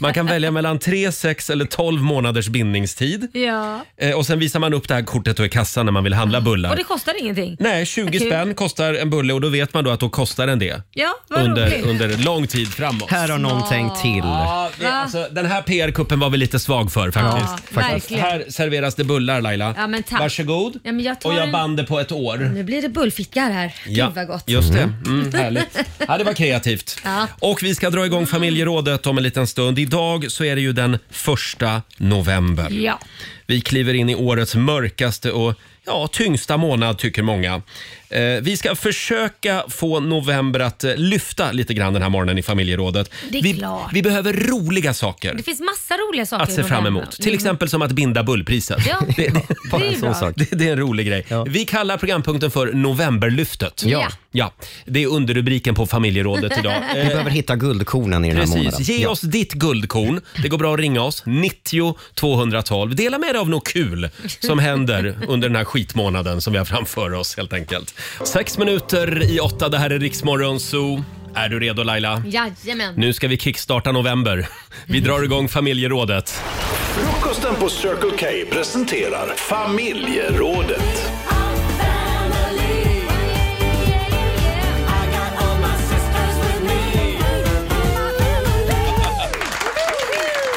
[SPEAKER 1] Man kan välja mellan 3, 6 eller 12 månaders bindningstid.
[SPEAKER 2] ja.
[SPEAKER 1] Eh, Och sen visar man upp det här kortet då i kassan när man vill handla
[SPEAKER 2] Och
[SPEAKER 1] bullar.
[SPEAKER 2] det kostar ingenting?
[SPEAKER 1] Nej, 20
[SPEAKER 2] Kul.
[SPEAKER 1] spänn kostar en bulle och då vet man då att då kostar den det.
[SPEAKER 2] Ja, vad
[SPEAKER 1] Under,
[SPEAKER 2] roligt.
[SPEAKER 1] under lång tid framåt.
[SPEAKER 5] Här har någon tänkt till.
[SPEAKER 1] Ja, det,
[SPEAKER 2] Va?
[SPEAKER 1] alltså, den här PR-kuppen var vi lite svag för faktiskt.
[SPEAKER 2] Ja, Faktiskt. verkligen.
[SPEAKER 1] Här serveras det bullar Laila.
[SPEAKER 2] Ja, men tack.
[SPEAKER 1] Varsågod.
[SPEAKER 2] Ja, men jag tar
[SPEAKER 1] och jag
[SPEAKER 2] en-
[SPEAKER 1] band det på ett år.
[SPEAKER 2] Nu blir det bullfickar här. Gud vad gott.
[SPEAKER 1] just det. Mm, härligt. Ja, det var kreativt.
[SPEAKER 2] Ja.
[SPEAKER 1] Och vi ska dra igång familjerådet om en liten stund. Idag så är det ju den första november.
[SPEAKER 2] Ja.
[SPEAKER 1] Vi kliver in i årets mörkaste och ja, tyngsta månad tycker många. Eh, vi ska försöka få november att eh, lyfta lite grann den här morgonen i familjerådet.
[SPEAKER 2] Det är
[SPEAKER 1] vi,
[SPEAKER 2] klart.
[SPEAKER 1] vi behöver roliga saker.
[SPEAKER 2] Det finns massa roliga saker
[SPEAKER 1] Att
[SPEAKER 2] i
[SPEAKER 1] se fram
[SPEAKER 2] november.
[SPEAKER 1] emot. Till exempel som att binda Bullpriset.
[SPEAKER 2] Mm. Ja, det är ju bra.
[SPEAKER 1] Det, det är en rolig grej. Vi kallar programpunkten för Novemberlyftet.
[SPEAKER 5] Ja.
[SPEAKER 1] ja. Det är underrubriken på familjerådet idag.
[SPEAKER 5] Vi
[SPEAKER 1] Eh,
[SPEAKER 5] behöver hitta guldkornen i den här
[SPEAKER 1] Precis.
[SPEAKER 5] månaden.
[SPEAKER 1] Ge
[SPEAKER 5] Ja.
[SPEAKER 1] oss ditt guldkorn. Det går bra att ringa oss. 90 212. Dela med dig av något kul som händer under den här skitmånaden som vi har framför oss helt enkelt. Sex minuter i åtta. Det här är Riksmorgon Zoo. Är du redo Laila?
[SPEAKER 2] Jajamän.
[SPEAKER 1] Nu ska vi kickstarta november. Vi drar igång familjerådet.
[SPEAKER 3] Frukosten på Circle K presenterar Familjerådet.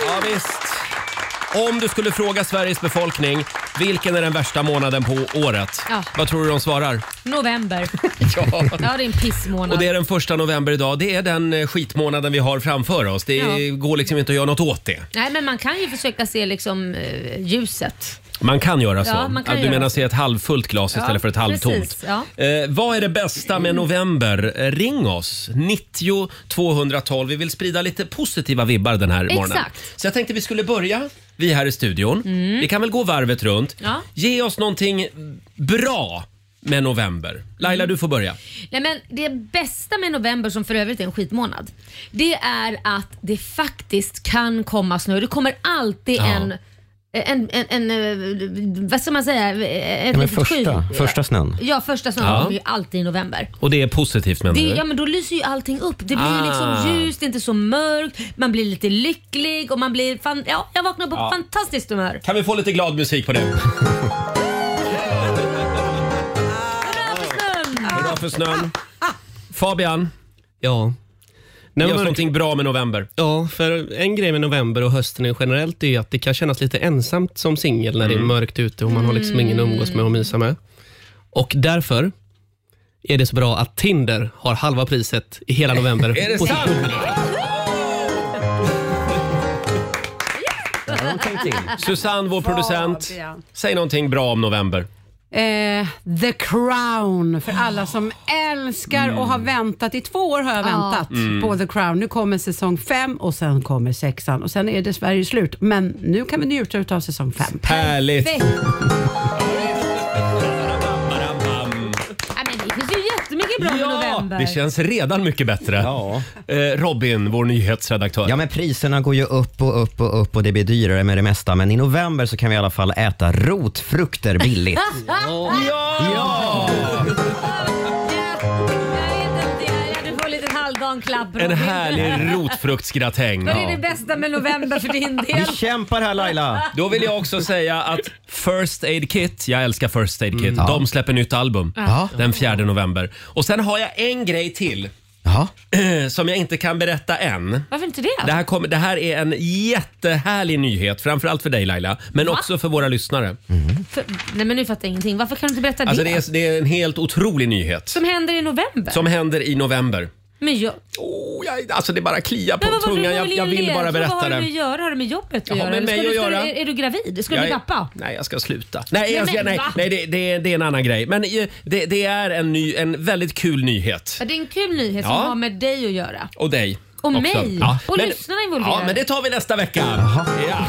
[SPEAKER 1] Ja, visst. Om du skulle fråga Sveriges befolkning, vilken är den värsta månaden på året?
[SPEAKER 2] Ja.
[SPEAKER 1] Vad tror du de svarar?
[SPEAKER 2] November.
[SPEAKER 1] ja.
[SPEAKER 2] det är en pissmånad.
[SPEAKER 1] Och det är den första november idag. Det är den eh, skitmånaden vi har framför oss. Det
[SPEAKER 2] Ja.
[SPEAKER 1] går liksom inte att göra något åt det.
[SPEAKER 2] Nej, men man kan ju försöka se liksom eh, ljuset.
[SPEAKER 1] Man kan göra så.
[SPEAKER 2] Ja, man kan
[SPEAKER 1] Att du
[SPEAKER 2] göra
[SPEAKER 1] menar
[SPEAKER 2] så.
[SPEAKER 1] se ett halvfullt glas
[SPEAKER 2] Ja,
[SPEAKER 1] istället för ett halvtomt.
[SPEAKER 2] precis, ja.
[SPEAKER 1] Eh, vad är det bästa med november? Eh, ring oss! 90 212. Vi vill sprida lite positiva vibbar den här morgonen.
[SPEAKER 2] Exakt. Mm.
[SPEAKER 1] Så jag tänkte vi skulle börja, vi här i studion. Vi kan väl gå varvet runt.
[SPEAKER 2] Ja.
[SPEAKER 1] Ge oss någonting bra med november.
[SPEAKER 2] Mm.
[SPEAKER 1] Laila, du får börja.
[SPEAKER 2] Nej, men det bästa med november, som för övrigt är en skitmånad, det är att det faktiskt kan komma snö. Det kommer alltid
[SPEAKER 5] Ja.
[SPEAKER 2] en en, en, en, eh, vad ska man säga? Ett
[SPEAKER 5] Ja, men
[SPEAKER 2] litet
[SPEAKER 5] första,
[SPEAKER 2] skydd.
[SPEAKER 5] första snön.
[SPEAKER 2] Ja, första snön
[SPEAKER 1] Ja.
[SPEAKER 2] kommer ju alltid i november.
[SPEAKER 1] Och det är positivt menar
[SPEAKER 2] Det,
[SPEAKER 1] du?
[SPEAKER 2] ja men då lyser ju allting upp. Det blir
[SPEAKER 1] Ah.
[SPEAKER 2] ju liksom ljust, det är inte så mörkt, man blir lite lycklig och man blir fan, ja, jag vaknar på
[SPEAKER 1] Ja.
[SPEAKER 2] fantastiskt humör.
[SPEAKER 1] Kan vi få lite glad musik på det? Bra för snön. Fabian.
[SPEAKER 8] Ja.
[SPEAKER 1] Ge oss någonting bra med november.
[SPEAKER 8] Ja, för en grej med november och hösten generellt är ju att det kan kännas lite ensamt som singel när det
[SPEAKER 1] Mm.
[SPEAKER 8] är mörkt ute och man har liksom ingen att umgås med och mysa med. Och därför är det så bra att Tinder har halva priset i hela november.
[SPEAKER 1] Är det
[SPEAKER 8] på sitt
[SPEAKER 1] sant?
[SPEAKER 8] provpris.
[SPEAKER 1] Susanne, vår producent.
[SPEAKER 6] Fabian.
[SPEAKER 1] Säg någonting bra om november.
[SPEAKER 6] Eh, The Crown, för alla som älskar och har väntat. I två år har jag väntat
[SPEAKER 1] Mm.
[SPEAKER 6] på The Crown. Nu kommer säsong fem och sen kommer sexan och sen är dessvärre slut. Men nu kan vi njuta av säsong fem.
[SPEAKER 1] Härligt!
[SPEAKER 2] Ja, men det finns ju jättemycket bra med november.
[SPEAKER 1] Det känns redan mycket bättre. Eh, Robin, vår nyhetsredaktör.
[SPEAKER 5] Ja, men priserna går ju upp och upp och upp och det blir dyrare med det mesta. Men i november så kan vi i alla fall äta rotfrukter billigt.
[SPEAKER 1] Ja!
[SPEAKER 2] Du får en liten halvdan klapp
[SPEAKER 1] En
[SPEAKER 2] Robin.
[SPEAKER 1] härlig rotfruktsgratäng.
[SPEAKER 2] Vad är det bästa med november för din del?
[SPEAKER 5] kämpar här Laila.
[SPEAKER 1] Då vill jag också säga att First Aid Kit, jag älskar First Aid
[SPEAKER 2] Mm.
[SPEAKER 1] Kit, de släpper nytt album
[SPEAKER 5] Ja.
[SPEAKER 1] den 4 november. Och sen har jag en grej till eh, som jag inte kan berätta än.
[SPEAKER 2] Varför inte det?
[SPEAKER 1] Det här, kommer- det här är en jättehärlig nyhet, framförallt för dig Laila, men
[SPEAKER 2] Va? Mm.
[SPEAKER 1] också för våra lyssnare.
[SPEAKER 2] För, nej men nu fattar jag ingenting. Varför kan du inte berätta
[SPEAKER 1] Alltså
[SPEAKER 2] det?
[SPEAKER 1] det är, det är en helt otrolig nyhet
[SPEAKER 2] Som händer i november?
[SPEAKER 1] som händer i november.
[SPEAKER 2] Men jag...
[SPEAKER 1] Oh, jag, alltså det bara kliar på
[SPEAKER 2] Men vad var det-
[SPEAKER 1] tungan.
[SPEAKER 2] vad
[SPEAKER 1] Jag,
[SPEAKER 2] var det
[SPEAKER 1] jag vill
[SPEAKER 2] ledtråd?
[SPEAKER 1] bara
[SPEAKER 2] Vad
[SPEAKER 1] berätta
[SPEAKER 2] har det med att
[SPEAKER 1] det.
[SPEAKER 2] göra? Har det med jobbet att
[SPEAKER 1] Jag har
[SPEAKER 2] göra?
[SPEAKER 1] med
[SPEAKER 2] Eller
[SPEAKER 1] mig
[SPEAKER 2] ska du,
[SPEAKER 1] att
[SPEAKER 2] ska du,
[SPEAKER 1] göra.
[SPEAKER 2] är, är du gravid? Ska du
[SPEAKER 1] Jag
[SPEAKER 2] bli
[SPEAKER 1] är-
[SPEAKER 2] pappa?
[SPEAKER 1] Nej, jag ska sluta. Nej, jag,
[SPEAKER 2] men
[SPEAKER 1] ska- nej,
[SPEAKER 2] va?
[SPEAKER 1] nej det, det, det är en annan grej. Men eh, det, det är en, ny, en väldigt kul nyhet.
[SPEAKER 2] Ja, Det är en kul nyhet
[SPEAKER 1] Ja.
[SPEAKER 2] som har med dig att göra.
[SPEAKER 1] Och dig.
[SPEAKER 2] Och
[SPEAKER 1] också.
[SPEAKER 2] mig. Och lyssnarna involverade.
[SPEAKER 1] Ja, men det tar vi nästa vecka. Ja.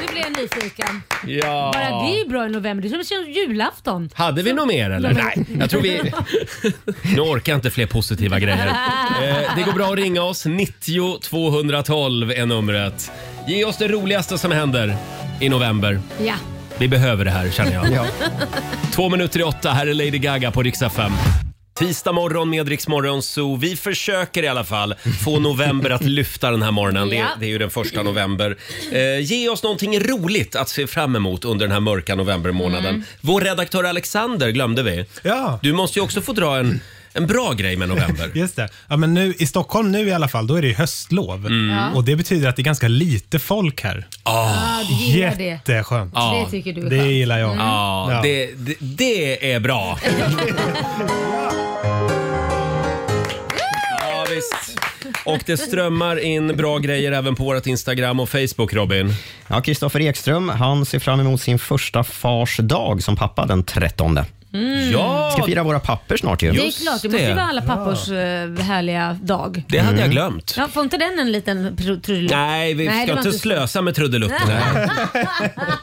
[SPEAKER 2] Nu blir jag nyfiken.
[SPEAKER 1] ja.
[SPEAKER 2] Bara det är ju bra i november. Det känns som julafton.
[SPEAKER 1] Hade vi något mer eller?
[SPEAKER 2] Ja, men-
[SPEAKER 1] Nej, jag tror vi... Nu orkar jag inte fler positiva grejer. Eh, det går bra att ringa oss. 90 212 är numret. Ge oss det roligaste som händer i november.
[SPEAKER 2] Ja.
[SPEAKER 1] Vi behöver det här känner jag. Två minuter i åtta, här är Lady Gaga på Rix FM. Tisdag morgon med Rix Morgon Zoo. Vi försöker i alla fall få november att lyfta den här morgonen. Det,
[SPEAKER 3] Ja.
[SPEAKER 1] det är ju den första november. Eh, ge oss någonting roligt att se fram emot under den här mörka novembermånaden.
[SPEAKER 3] Mm.
[SPEAKER 1] Vår redaktör Alexander glömde vi.
[SPEAKER 10] Ja.
[SPEAKER 1] Du måste ju också få dra en, en bra grej med november.
[SPEAKER 10] Just det. Ja, men nu, I Stockholm nu i alla fall, då är det ju höstlov.
[SPEAKER 1] Ja.
[SPEAKER 10] Och Det betyder att det är ganska lite folk här.
[SPEAKER 2] Ja, du gillar det.
[SPEAKER 10] Jätteskönt.
[SPEAKER 2] Ja. Det tycker du är
[SPEAKER 10] Det
[SPEAKER 2] skönt.
[SPEAKER 10] gillar jag.
[SPEAKER 2] Mm.
[SPEAKER 1] Ja,
[SPEAKER 10] Ja.
[SPEAKER 1] Det, det, det är bra. ja, visst. Och det strömmar in bra grejer även på vårt Instagram och Facebook, Robin.
[SPEAKER 5] Ja, Kristoffer Ekström, han ser fram emot sin första fars dag som pappa den 13.
[SPEAKER 2] Mm.
[SPEAKER 5] Vi ska fira våra papper snart ju.
[SPEAKER 2] det är klart, det måste ju vara alla pappors eh, härliga dag.
[SPEAKER 5] Det hade jag glömt.
[SPEAKER 2] Ja, får inte den en liten pr- trudelutt?
[SPEAKER 1] Nej, vi
[SPEAKER 2] det
[SPEAKER 1] ska
[SPEAKER 2] var
[SPEAKER 1] inte
[SPEAKER 2] så-
[SPEAKER 1] slösa med trudelutten.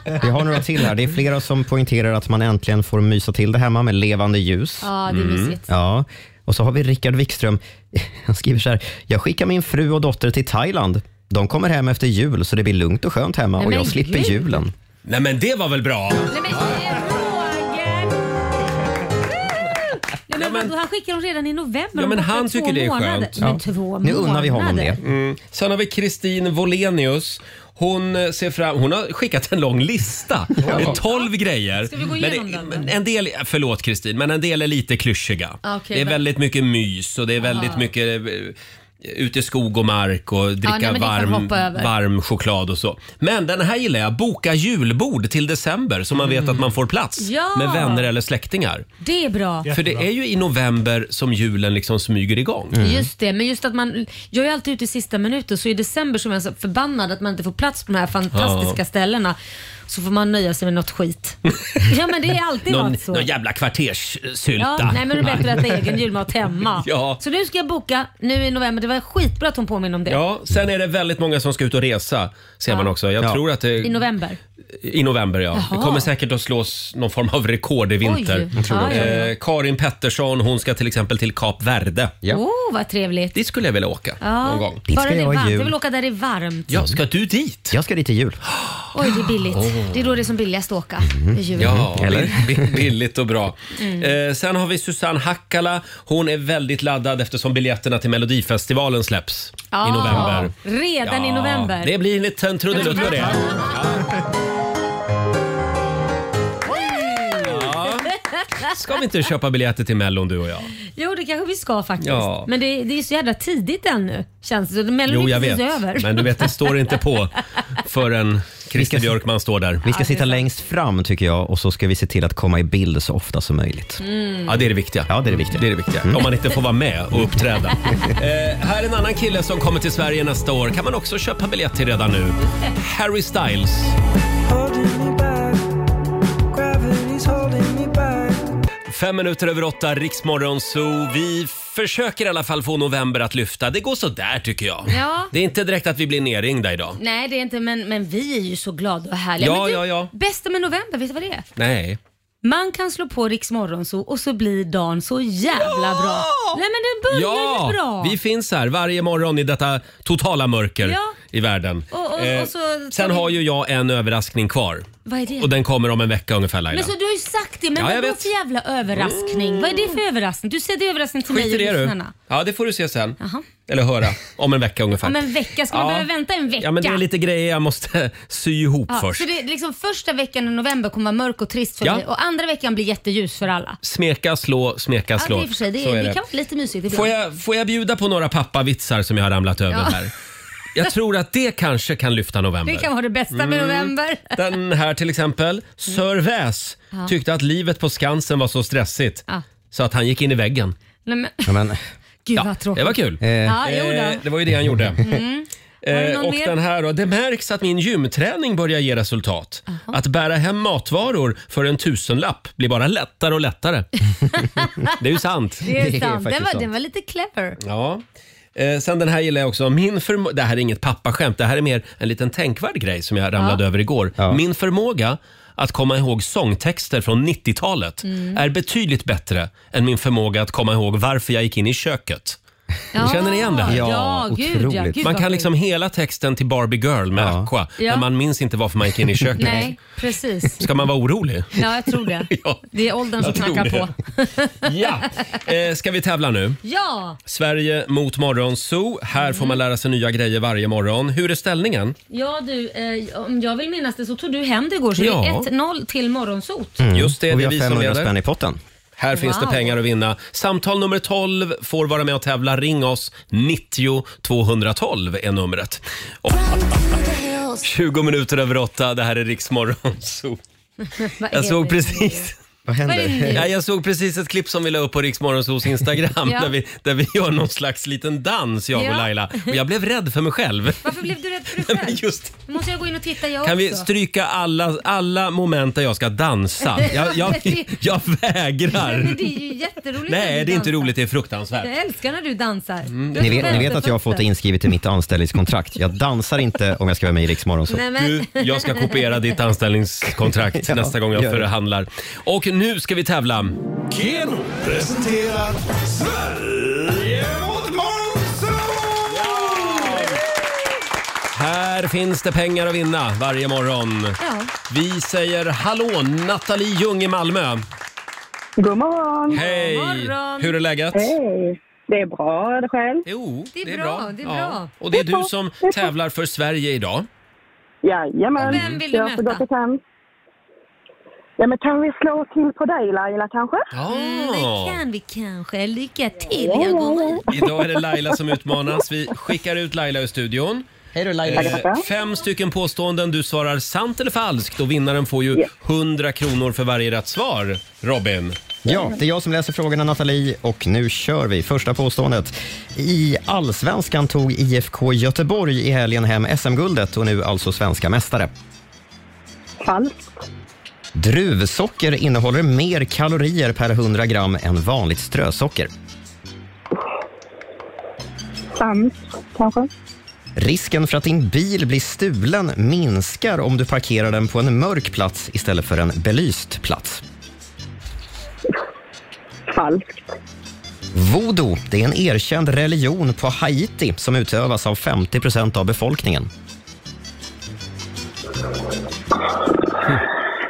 [SPEAKER 5] Vi har några till här. Det är flera som poängterar att man äntligen får mysa till det hemma med levande ljus.
[SPEAKER 2] Ja, det är
[SPEAKER 1] Mm.
[SPEAKER 2] mysigt.
[SPEAKER 5] Ja. Och så har vi Rickard Wikström. Han skriver så här. Jag skickar min fru och dotter till Thailand. De kommer hem efter jul så det blir lugnt och skönt hemma
[SPEAKER 2] Nej,
[SPEAKER 5] och
[SPEAKER 2] men
[SPEAKER 5] jag slipper
[SPEAKER 2] gud.
[SPEAKER 5] julen.
[SPEAKER 1] Nej men det var väl bra?
[SPEAKER 2] Nej men eh, Roger! Nej, men, vadå, han skickar dem redan i november.
[SPEAKER 1] Ja,
[SPEAKER 2] De
[SPEAKER 1] men
[SPEAKER 2] är borta i
[SPEAKER 1] han
[SPEAKER 2] två
[SPEAKER 1] tycker det är
[SPEAKER 2] månader.
[SPEAKER 1] skönt.
[SPEAKER 2] Men två månader.
[SPEAKER 1] Mm. Sen har vi Kristin Volenius. Hon, eh, ser fram, hon har skickat en lång lista. Det är 12 grejer.
[SPEAKER 2] Ska vi gå
[SPEAKER 1] Men
[SPEAKER 2] igenom den
[SPEAKER 1] det, en del, förlåt Kristin, men en del är lite klyschiga.
[SPEAKER 2] Ah, okej,
[SPEAKER 1] det är
[SPEAKER 2] men-
[SPEAKER 1] väldigt mycket mys och det är väldigt
[SPEAKER 2] Ah.
[SPEAKER 1] mycket eh, ute i skog och mark och dricka
[SPEAKER 2] nej, men det kan vi
[SPEAKER 1] varm,
[SPEAKER 2] hoppa över.
[SPEAKER 1] varm choklad och så. Men den här gillar jag. Boka julbord till december så man vet att man får plats
[SPEAKER 2] Mm. Ja.
[SPEAKER 1] med vänner eller släktingar.
[SPEAKER 2] Det är bra.
[SPEAKER 1] För det är ju i november som julen liksom smyger igång.
[SPEAKER 2] Just det, men just att man, jag är alltid ute i sista minuten så i december så är man så förbannad att man inte får plats på de här fantastiska
[SPEAKER 1] Ja.
[SPEAKER 2] ställena. Så får man nöja sig med något skit. ja men det är alltid
[SPEAKER 1] någon,
[SPEAKER 2] varit så.
[SPEAKER 1] någon jävla kvarterssylta.
[SPEAKER 2] Ja, nej men det är bättre att äta egen julmat hemma.
[SPEAKER 1] Ja.
[SPEAKER 2] Så nu ska jag boka nu i november. Det var skitbra att hon påminner om det.
[SPEAKER 1] Ja, sen är det väldigt många som ska ut och resa, ser man också. Jag tror att det...
[SPEAKER 2] I november.
[SPEAKER 1] I november, ja.
[SPEAKER 2] Jaha.
[SPEAKER 1] Det kommer säkert att slås någon form av rekord i vinter.
[SPEAKER 2] Oj, jag tror det.
[SPEAKER 1] Eh, Karin Pettersson, hon ska till exempel till Kap Verde.
[SPEAKER 2] Åh, oh, vad trevligt.
[SPEAKER 1] Dit skulle jag vilja åka
[SPEAKER 2] Ja.
[SPEAKER 1] någon gång.
[SPEAKER 2] Bara det är varmt. Jag vill åka där det är varmt.
[SPEAKER 1] Ja, ska du dit?
[SPEAKER 5] Jag ska dit i jul.
[SPEAKER 2] Oj, det är billigt.
[SPEAKER 1] Åh. Mm.
[SPEAKER 2] Det är då det är som billigast att åka. I jul.
[SPEAKER 1] Ja,
[SPEAKER 5] Eller?
[SPEAKER 1] bi- bi- billigt och bra.
[SPEAKER 2] Mm.
[SPEAKER 1] Eh, sen har vi Susanne Hakkala. Hon är väldigt laddad eftersom biljetterna till Melodifestivalen släpps
[SPEAKER 2] Ja,
[SPEAKER 1] i november.
[SPEAKER 2] Redan i
[SPEAKER 1] Ja,
[SPEAKER 2] november.
[SPEAKER 1] Det blir en liten trudelutt på det. Ja. Ska vi inte köpa biljetter till Mellon du och jag?
[SPEAKER 2] Jo, det kanske vi ska faktiskt.
[SPEAKER 1] Ja.
[SPEAKER 2] Men det, det är så jävla tidigt ännu, känns det som. Melodin
[SPEAKER 1] Jo,
[SPEAKER 2] är
[SPEAKER 1] jag
[SPEAKER 2] precis
[SPEAKER 1] vet.
[SPEAKER 2] över.
[SPEAKER 1] Men du vet, det står inte på förrän Christer Björkman står där.
[SPEAKER 2] Mm.
[SPEAKER 5] Vi ska sitta längst fram tycker jag och så ska vi se till att komma i bild så ofta som möjligt.
[SPEAKER 2] Mm.
[SPEAKER 1] Ja, det är det viktiga.
[SPEAKER 5] Ja, det är det viktiga. Mm.
[SPEAKER 1] Det är det viktiga. Mm. Om man inte får vara med och uppträda. Eh, här är en annan kille som kommer till Sverige nästa år. Kan man också köpa biljett till redan nu. Harry Styles. Fem minuter över åtta, Riksmorgon Zoo. Vi försöker i alla fall få november att lyfta. Det går så där tycker jag.
[SPEAKER 2] Ja.
[SPEAKER 1] Det är inte direkt att vi blir nerringda idag.
[SPEAKER 2] Nej, det är inte, men, men vi är ju så glada och härliga.
[SPEAKER 1] Ja,
[SPEAKER 2] men du,
[SPEAKER 1] ja, ja.
[SPEAKER 2] Bästa med november, vet du vad det är?
[SPEAKER 1] Nej.
[SPEAKER 2] Man kan slå på Rix Morgonzoo och så blir dagen så jävla bra. Nej men den börjar ju bra.
[SPEAKER 1] vi finns här varje morgon i detta totala mörker
[SPEAKER 2] Ja.
[SPEAKER 1] i världen.
[SPEAKER 2] Och- och- och
[SPEAKER 1] Eh,
[SPEAKER 2] så tar
[SPEAKER 1] sen
[SPEAKER 2] vi-
[SPEAKER 1] har ju jag en överraskning kvar.
[SPEAKER 2] Vad är det?
[SPEAKER 1] Och den kommer om en vecka ungefär Laila.
[SPEAKER 2] men så du har ju sagt det, men
[SPEAKER 1] Ja, jag
[SPEAKER 2] vadå
[SPEAKER 1] vet.
[SPEAKER 2] för jävla överraskning? Vad är det för överraskning? Du säger det är överraskning till
[SPEAKER 1] Skit i
[SPEAKER 2] mig
[SPEAKER 1] det
[SPEAKER 2] och
[SPEAKER 1] du.
[SPEAKER 2] lyssnarna.
[SPEAKER 1] Ja, det får du se sen.
[SPEAKER 2] Jaha.
[SPEAKER 1] Eller höra. Om en vecka ungefär.
[SPEAKER 2] Om en vecka, ska man
[SPEAKER 1] Ja.
[SPEAKER 2] behöva vänta en vecka?
[SPEAKER 1] Ja, men det är lite grejer jag måste sy ihop
[SPEAKER 2] Ja,
[SPEAKER 1] först.
[SPEAKER 2] Så det är liksom första veckan i november kommer vara mörk och trist för
[SPEAKER 1] Ja.
[SPEAKER 2] mig och andra veckan blir jätteljus för alla.
[SPEAKER 1] Smeka, slå, smeka,
[SPEAKER 2] Ja, det
[SPEAKER 1] slå.
[SPEAKER 2] är i och för sig, det,
[SPEAKER 1] Så
[SPEAKER 2] är,
[SPEAKER 1] är
[SPEAKER 2] det.
[SPEAKER 1] det.
[SPEAKER 2] kan vara lite mysigt ibland.
[SPEAKER 1] Får jag, får jag bjuda på några pappavitsar som jag har ramlat över
[SPEAKER 2] Ja.
[SPEAKER 1] här? Jag tror att det kanske kan lyfta november.
[SPEAKER 2] Det kan vara det bästa med
[SPEAKER 1] Mm.
[SPEAKER 2] november.
[SPEAKER 1] Den här till exempel. Sir Väs
[SPEAKER 2] Ja.
[SPEAKER 1] tyckte att livet på Skansen var så stressigt
[SPEAKER 2] Ja.
[SPEAKER 1] så att han gick in i väggen.
[SPEAKER 2] Nej, men,
[SPEAKER 1] Mm.
[SPEAKER 2] gud
[SPEAKER 1] Ja,
[SPEAKER 2] vad tråkigt.
[SPEAKER 1] det var kul.
[SPEAKER 2] Ja, jo då.
[SPEAKER 1] Eh, det var ju det han gjorde.
[SPEAKER 2] Mm. Har du
[SPEAKER 1] Eh,
[SPEAKER 2] någon
[SPEAKER 1] och
[SPEAKER 2] mer?
[SPEAKER 1] den här då. Det märks att min gymträning börjar ge resultat. Att bära hem matvaror för en tusenlapp blir bara lättare och lättare. det är ju sant.
[SPEAKER 2] Det är sant. Den var, den var lite clever.
[SPEAKER 1] Ja. Eh, sen den här gillar jag också. Min förmo- det här är inget pappaskämt, det här är mer en liten tänkvärd grej som jag ramlade
[SPEAKER 2] Ja.
[SPEAKER 1] över igår. Min förmåga att komma ihåg sångtexter från 90-talet
[SPEAKER 2] Mm.
[SPEAKER 1] är betydligt bättre än min förmåga att komma ihåg varför jag gick in i köket.
[SPEAKER 2] Ja.
[SPEAKER 1] Känner ni igen det här?
[SPEAKER 2] Ja, Ja, gud, ja. otroligt. Gud,
[SPEAKER 1] man
[SPEAKER 2] vad
[SPEAKER 1] kan liksom hela texten till Barbie Girl med Aqua,
[SPEAKER 2] Ja.
[SPEAKER 1] men man minns inte varför man gick in i köket.
[SPEAKER 2] Nej, precis.
[SPEAKER 1] Ska man vara orolig?
[SPEAKER 2] Ja, jag tror det.
[SPEAKER 1] Ja.
[SPEAKER 2] Det är åldern som
[SPEAKER 1] Jag tror
[SPEAKER 2] knackar
[SPEAKER 1] det.
[SPEAKER 2] på.
[SPEAKER 1] Ja. Eh, ska vi tävla nu?
[SPEAKER 2] Ja,
[SPEAKER 1] Sverige mot Morgonzoo. Här får
[SPEAKER 2] Mm.
[SPEAKER 1] man lära sig nya grejer varje morgon. Hur är ställningen?
[SPEAKER 2] ja du, eh, om jag vill minnas det så tog du hem det igår så
[SPEAKER 1] Ja. Mm.
[SPEAKER 2] det är 1-0 till Morgonsot.
[SPEAKER 1] Just det,
[SPEAKER 5] Och vi
[SPEAKER 1] det är
[SPEAKER 5] har
[SPEAKER 1] vi som
[SPEAKER 5] 500
[SPEAKER 1] leder.
[SPEAKER 5] spänn i potten.
[SPEAKER 1] Här finns det
[SPEAKER 2] Wow.
[SPEAKER 1] pengar att vinna. Samtal nummer 12 får vara med och tävla. Ring oss. 90 212 är numret. Och 20 minuter över åtta. Det här är Riksmorgon. Zoo.
[SPEAKER 2] Vad är
[SPEAKER 1] Jag såg
[SPEAKER 2] det?
[SPEAKER 1] precis
[SPEAKER 5] Vad händer?
[SPEAKER 1] Ja, jag såg precis ett klipp som vi la upp på Riksmorgonsols Instagram
[SPEAKER 2] Ja.
[SPEAKER 1] där, vi, där vi gör någon slags liten dans, jag och
[SPEAKER 2] Ja.
[SPEAKER 1] Laila. Och jag blev rädd för mig själv.
[SPEAKER 2] Varför blev du rädd för dig själv?
[SPEAKER 1] Just.
[SPEAKER 2] Nu måste jag gå in och titta jag
[SPEAKER 1] Kan vi
[SPEAKER 2] också.
[SPEAKER 1] stryka alla, alla moment där jag ska dansa? Jag, jag, jag
[SPEAKER 2] Ja,
[SPEAKER 1] vägrar.
[SPEAKER 2] men det är ju jätteroligt. när
[SPEAKER 1] Nej,
[SPEAKER 2] du
[SPEAKER 1] det är inte
[SPEAKER 2] dansar.
[SPEAKER 1] roligt. Det är fruktansvärt.
[SPEAKER 2] Jag älskar när du dansar. Du har
[SPEAKER 5] Ni
[SPEAKER 2] så
[SPEAKER 5] vet, ni vet att jag har fått
[SPEAKER 2] vänsterfötter.
[SPEAKER 5] det inskrivet i mitt anställningskontrakt. Jag dansar inte om jag ska vara med i Rix Morgon Zoo.
[SPEAKER 2] Nej, men- Du,
[SPEAKER 1] Jag ska kopiera ditt anställningskontrakt
[SPEAKER 5] Ja,
[SPEAKER 1] nästa gång jag
[SPEAKER 5] gör det.
[SPEAKER 1] förhandlar. Och nu ska vi tävla.
[SPEAKER 3] Keno presenterar Sverige mot
[SPEAKER 1] Här finns det pengar att vinna varje morgon.
[SPEAKER 2] Ja.
[SPEAKER 1] Vi säger hallå, Nathalie Ljung i Malmö.
[SPEAKER 4] God morgon!
[SPEAKER 1] Hej! Hur är läget?
[SPEAKER 4] Hej! Det är bra, är det själv?
[SPEAKER 1] Jo,
[SPEAKER 2] det är bra, det är bra.
[SPEAKER 1] Och det är du som tävlar för Sverige idag.
[SPEAKER 4] Jajamän.
[SPEAKER 2] Vem vill du
[SPEAKER 4] Jag får
[SPEAKER 2] möta?
[SPEAKER 4] gå till kan. Ja, men kan vi slå till på dig Laila kanske?
[SPEAKER 1] Ja.
[SPEAKER 2] Mm,
[SPEAKER 1] Ah.
[SPEAKER 2] det kan vi kanske. Lycka till. Jag går ut.
[SPEAKER 1] Idag är det Laila som utmanas. Vi skickar ut Laila ur studion.
[SPEAKER 5] Hej då
[SPEAKER 1] Eh, fem stycken påståenden. Du svarar sant eller falskt och vinnaren får ju 100 kronor för varje rätt svar. Robin.
[SPEAKER 5] Ja, det är jag som läser frågorna, Nathalie, och nu kör vi. Första påståendet. I allsvenskan tog IFK Göteborg i helgen hem SM-guldet och nu alltså svenska mästare.
[SPEAKER 4] Falskt.
[SPEAKER 5] Druvsocker innehåller mer kalorier per 100 gram än vanligt strösocker.
[SPEAKER 4] Sant kanske?
[SPEAKER 5] Risken för att din bil blir stulen minskar om du parkerar den på en mörk plats istället för en belyst plats.
[SPEAKER 4] Falskt.
[SPEAKER 5] Voodoo, det är en erkänd religion på Haiti som utövas av 50 av befolkningen.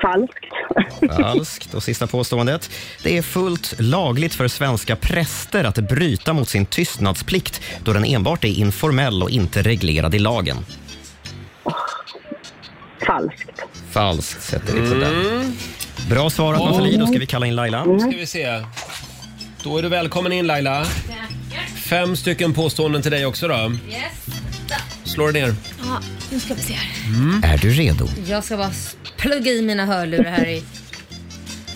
[SPEAKER 4] Falskt.
[SPEAKER 5] Falskt. Och sista påståendet. Det är fullt lagligt för svenska präster att bryta mot sin tystnadsplikt då den enbart är informell och inte reglerad i lagen.
[SPEAKER 4] Falskt.
[SPEAKER 5] Falskt sätter vi på
[SPEAKER 2] Mm.
[SPEAKER 5] den. Bra svarat Nathalie. Då ska vi kalla in Laila.
[SPEAKER 1] Då ska vi se. Då är du välkommen in Laila. Fem stycken påståenden till dig också då.
[SPEAKER 2] Yes.
[SPEAKER 1] Slår ner.
[SPEAKER 2] Ja, nu ska vi se här.
[SPEAKER 5] Mm. Är du redo?
[SPEAKER 2] Jag ska bara plugga i mina hörlurar här i...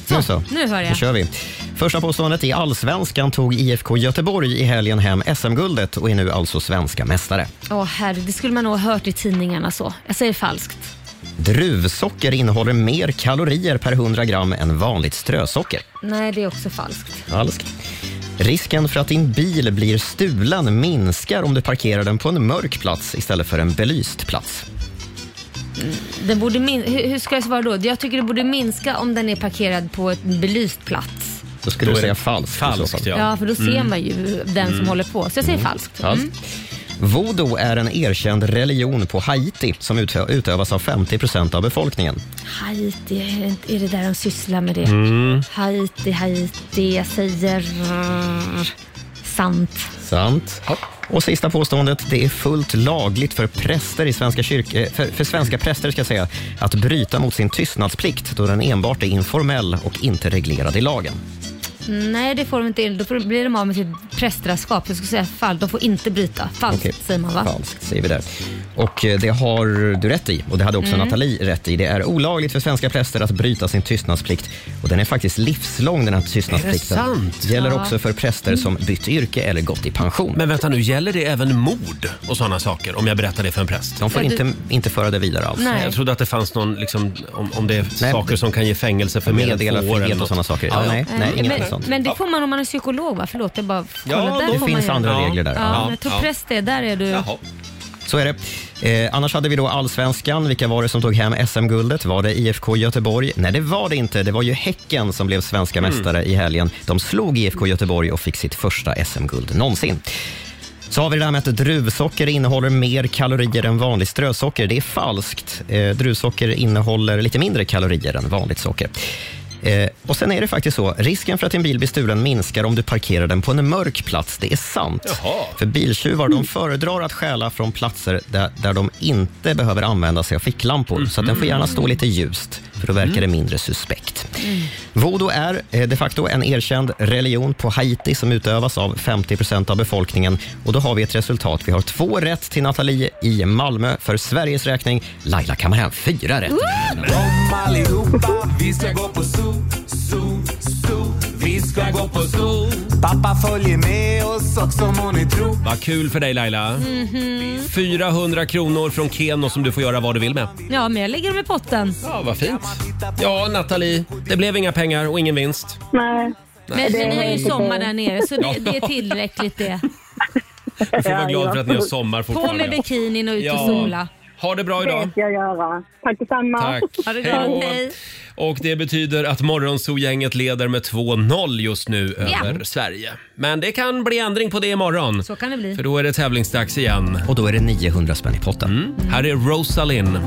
[SPEAKER 5] Nu så.
[SPEAKER 2] nu hör jag.
[SPEAKER 5] Då kör vi. Första påståendet i Allsvenskan tog IFK Göteborg i helgen hem SM-guldet och är nu alltså svenska mästare.
[SPEAKER 2] Åh herre, det skulle man nog ha hört i tidningarna så. Jag säger falskt.
[SPEAKER 5] Druvsocker innehåller mer kalorier per 100 gram än vanligt strösocker.
[SPEAKER 2] Nej, det är också falskt.
[SPEAKER 5] Falskt. Risken för att din bil blir stulen minskar om du parkerar den på en mörk plats istället för en belyst plats.
[SPEAKER 2] Den borde min- hur, hur ska jag svara då? Jag tycker det borde minska om den är parkerad på ett belyst plats.
[SPEAKER 5] Då skulle
[SPEAKER 1] Då
[SPEAKER 5] du
[SPEAKER 1] är det
[SPEAKER 5] säga falskt. i så
[SPEAKER 1] falskt,
[SPEAKER 5] fall.
[SPEAKER 2] Ja, för då ser man ju den som håller på. Så jag säger falskt. Mm.
[SPEAKER 5] Falskt. Voodoo är en erkänd religion på Haiti som utö- utövas av 50 av befolkningen.
[SPEAKER 2] Haiti, är det, är det där de sysslar med det?
[SPEAKER 5] Mm.
[SPEAKER 2] Haiti, Haiti, jag säger mm, sant.
[SPEAKER 5] Sant. Och sista påståendet. Det är fullt lagligt för präster i svenska kyrk- eh, för, för svenska präster ska jag säga, att bryta mot sin tystnadsplikt då den enbart är informell och inte reglerad i lagen.
[SPEAKER 2] Nej, det får de inte. Då får- blir de av med sitt prästraskap. Jag skulle säga fall. De får inte bryta. Falskt
[SPEAKER 5] Okej.
[SPEAKER 2] säger man va?
[SPEAKER 5] Falskt säger vi där. Och eh, det har du rätt i och det hade också
[SPEAKER 2] Mm.
[SPEAKER 5] Nathalie rätt i. Det är olagligt för svenska präster att bryta sin tystnadsplikt och den är faktiskt livslång den här tystnadsplikten.
[SPEAKER 1] Är det sant?
[SPEAKER 5] Gäller
[SPEAKER 1] Ja.
[SPEAKER 5] också för präster som
[SPEAKER 2] Mm.
[SPEAKER 5] bytt yrke eller gått i pension.
[SPEAKER 1] Men vänta nu, gäller det även mord och sådana saker om jag berättar det för en präst?
[SPEAKER 5] De får
[SPEAKER 2] Ja, du-
[SPEAKER 5] inte, inte föra det vidare alls.
[SPEAKER 2] Nej.
[SPEAKER 1] Jag trodde att det fanns någon, liksom, om, om det är saker som kan ge fängelse för mer än två år eller
[SPEAKER 5] Meddelarfrihet
[SPEAKER 1] något.
[SPEAKER 5] och sådana saker.
[SPEAKER 1] Ja,
[SPEAKER 5] Ja,
[SPEAKER 1] ja.
[SPEAKER 5] nej, nej,
[SPEAKER 2] Eh, men,
[SPEAKER 5] inget sånt.
[SPEAKER 2] men det får man om man är psykolog va? Förlåt, jag bara kollade.
[SPEAKER 5] Ja,
[SPEAKER 2] Där
[SPEAKER 5] det
[SPEAKER 2] får man
[SPEAKER 5] finns
[SPEAKER 2] göra.
[SPEAKER 5] andra
[SPEAKER 2] ja.
[SPEAKER 5] regler där.
[SPEAKER 2] Ja,
[SPEAKER 5] Ja,
[SPEAKER 2] men jag tror
[SPEAKER 5] ja.
[SPEAKER 2] präst är, där är du...
[SPEAKER 5] Så är det. Eh, annars hade vi då allsvenskan. Vilka var det som tog hem SM-guldet? Var det IFK Göteborg? Nej, det var det inte. Det var ju Häcken som blev svenska
[SPEAKER 1] Mm.
[SPEAKER 5] mästare i helgen. De slog IFK Göteborg och fick sitt första SM-guld någonsin. Så har vi det där med att druvsocker innehåller mer kalorier än vanligt strösocker. Det är falskt. Eh, druvsocker innehåller lite mindre kalorier än vanligt socker. Eh, och sen är det faktiskt så, risken för att din bil blir stulen minskar om du parkerar den på en mörk plats. Det är sant. För biltjuvar de föredrar att stjäla från platser där, där de inte behöver använda sig av ficklampor. Så att den får gärna stå lite ljust, för då verkar det mindre suspekt. Voodoo är eh, de facto en erkänd religion på Haiti som utövas av 50 av befolkningen. Och då har vi ett resultat. Vi har två rätt till Nathalie i Malmö för Sveriges räkning. Laila kammar hem fyra rätt.
[SPEAKER 13] Kom allihopa, vi ska gå på zoo, zoo.
[SPEAKER 3] Vi ska gå på zoo. Pappa följer med oss också må ni tro. Mhm.
[SPEAKER 1] Vad kul för dig Laila. 400 kronor från Keno som du får göra vad du vill med.
[SPEAKER 2] Ja, men jag lägger dem i potten.
[SPEAKER 1] Ja, vad fint. Ja, Nathalie, det blev inga pengar och ingen vinst.
[SPEAKER 4] Nej.
[SPEAKER 2] Men
[SPEAKER 1] Det är
[SPEAKER 2] ni har ju
[SPEAKER 1] inte
[SPEAKER 2] sommar
[SPEAKER 1] fel.
[SPEAKER 2] där nere så det,
[SPEAKER 1] Ja.
[SPEAKER 2] det är tillräckligt det.
[SPEAKER 1] Du får vara glad för att ni har sommar
[SPEAKER 2] På
[SPEAKER 1] fortfarande.
[SPEAKER 2] med bikinin och ut
[SPEAKER 1] Ja.
[SPEAKER 2] och sola.
[SPEAKER 1] Ha det bra idag.
[SPEAKER 4] ska jag göra. Tack detsamma.
[SPEAKER 1] Tack. Hej då. Och det betyder att Morgonzoo-gänget leder med 2-0 just nu
[SPEAKER 2] Ja.
[SPEAKER 1] över Sverige. Men det kan bli ändring på det imorgon.
[SPEAKER 2] Så kan det bli.
[SPEAKER 1] För då är det tävlingsdags igen. Och då är det 900 spänn i potten. Mm. Här är Rosalind.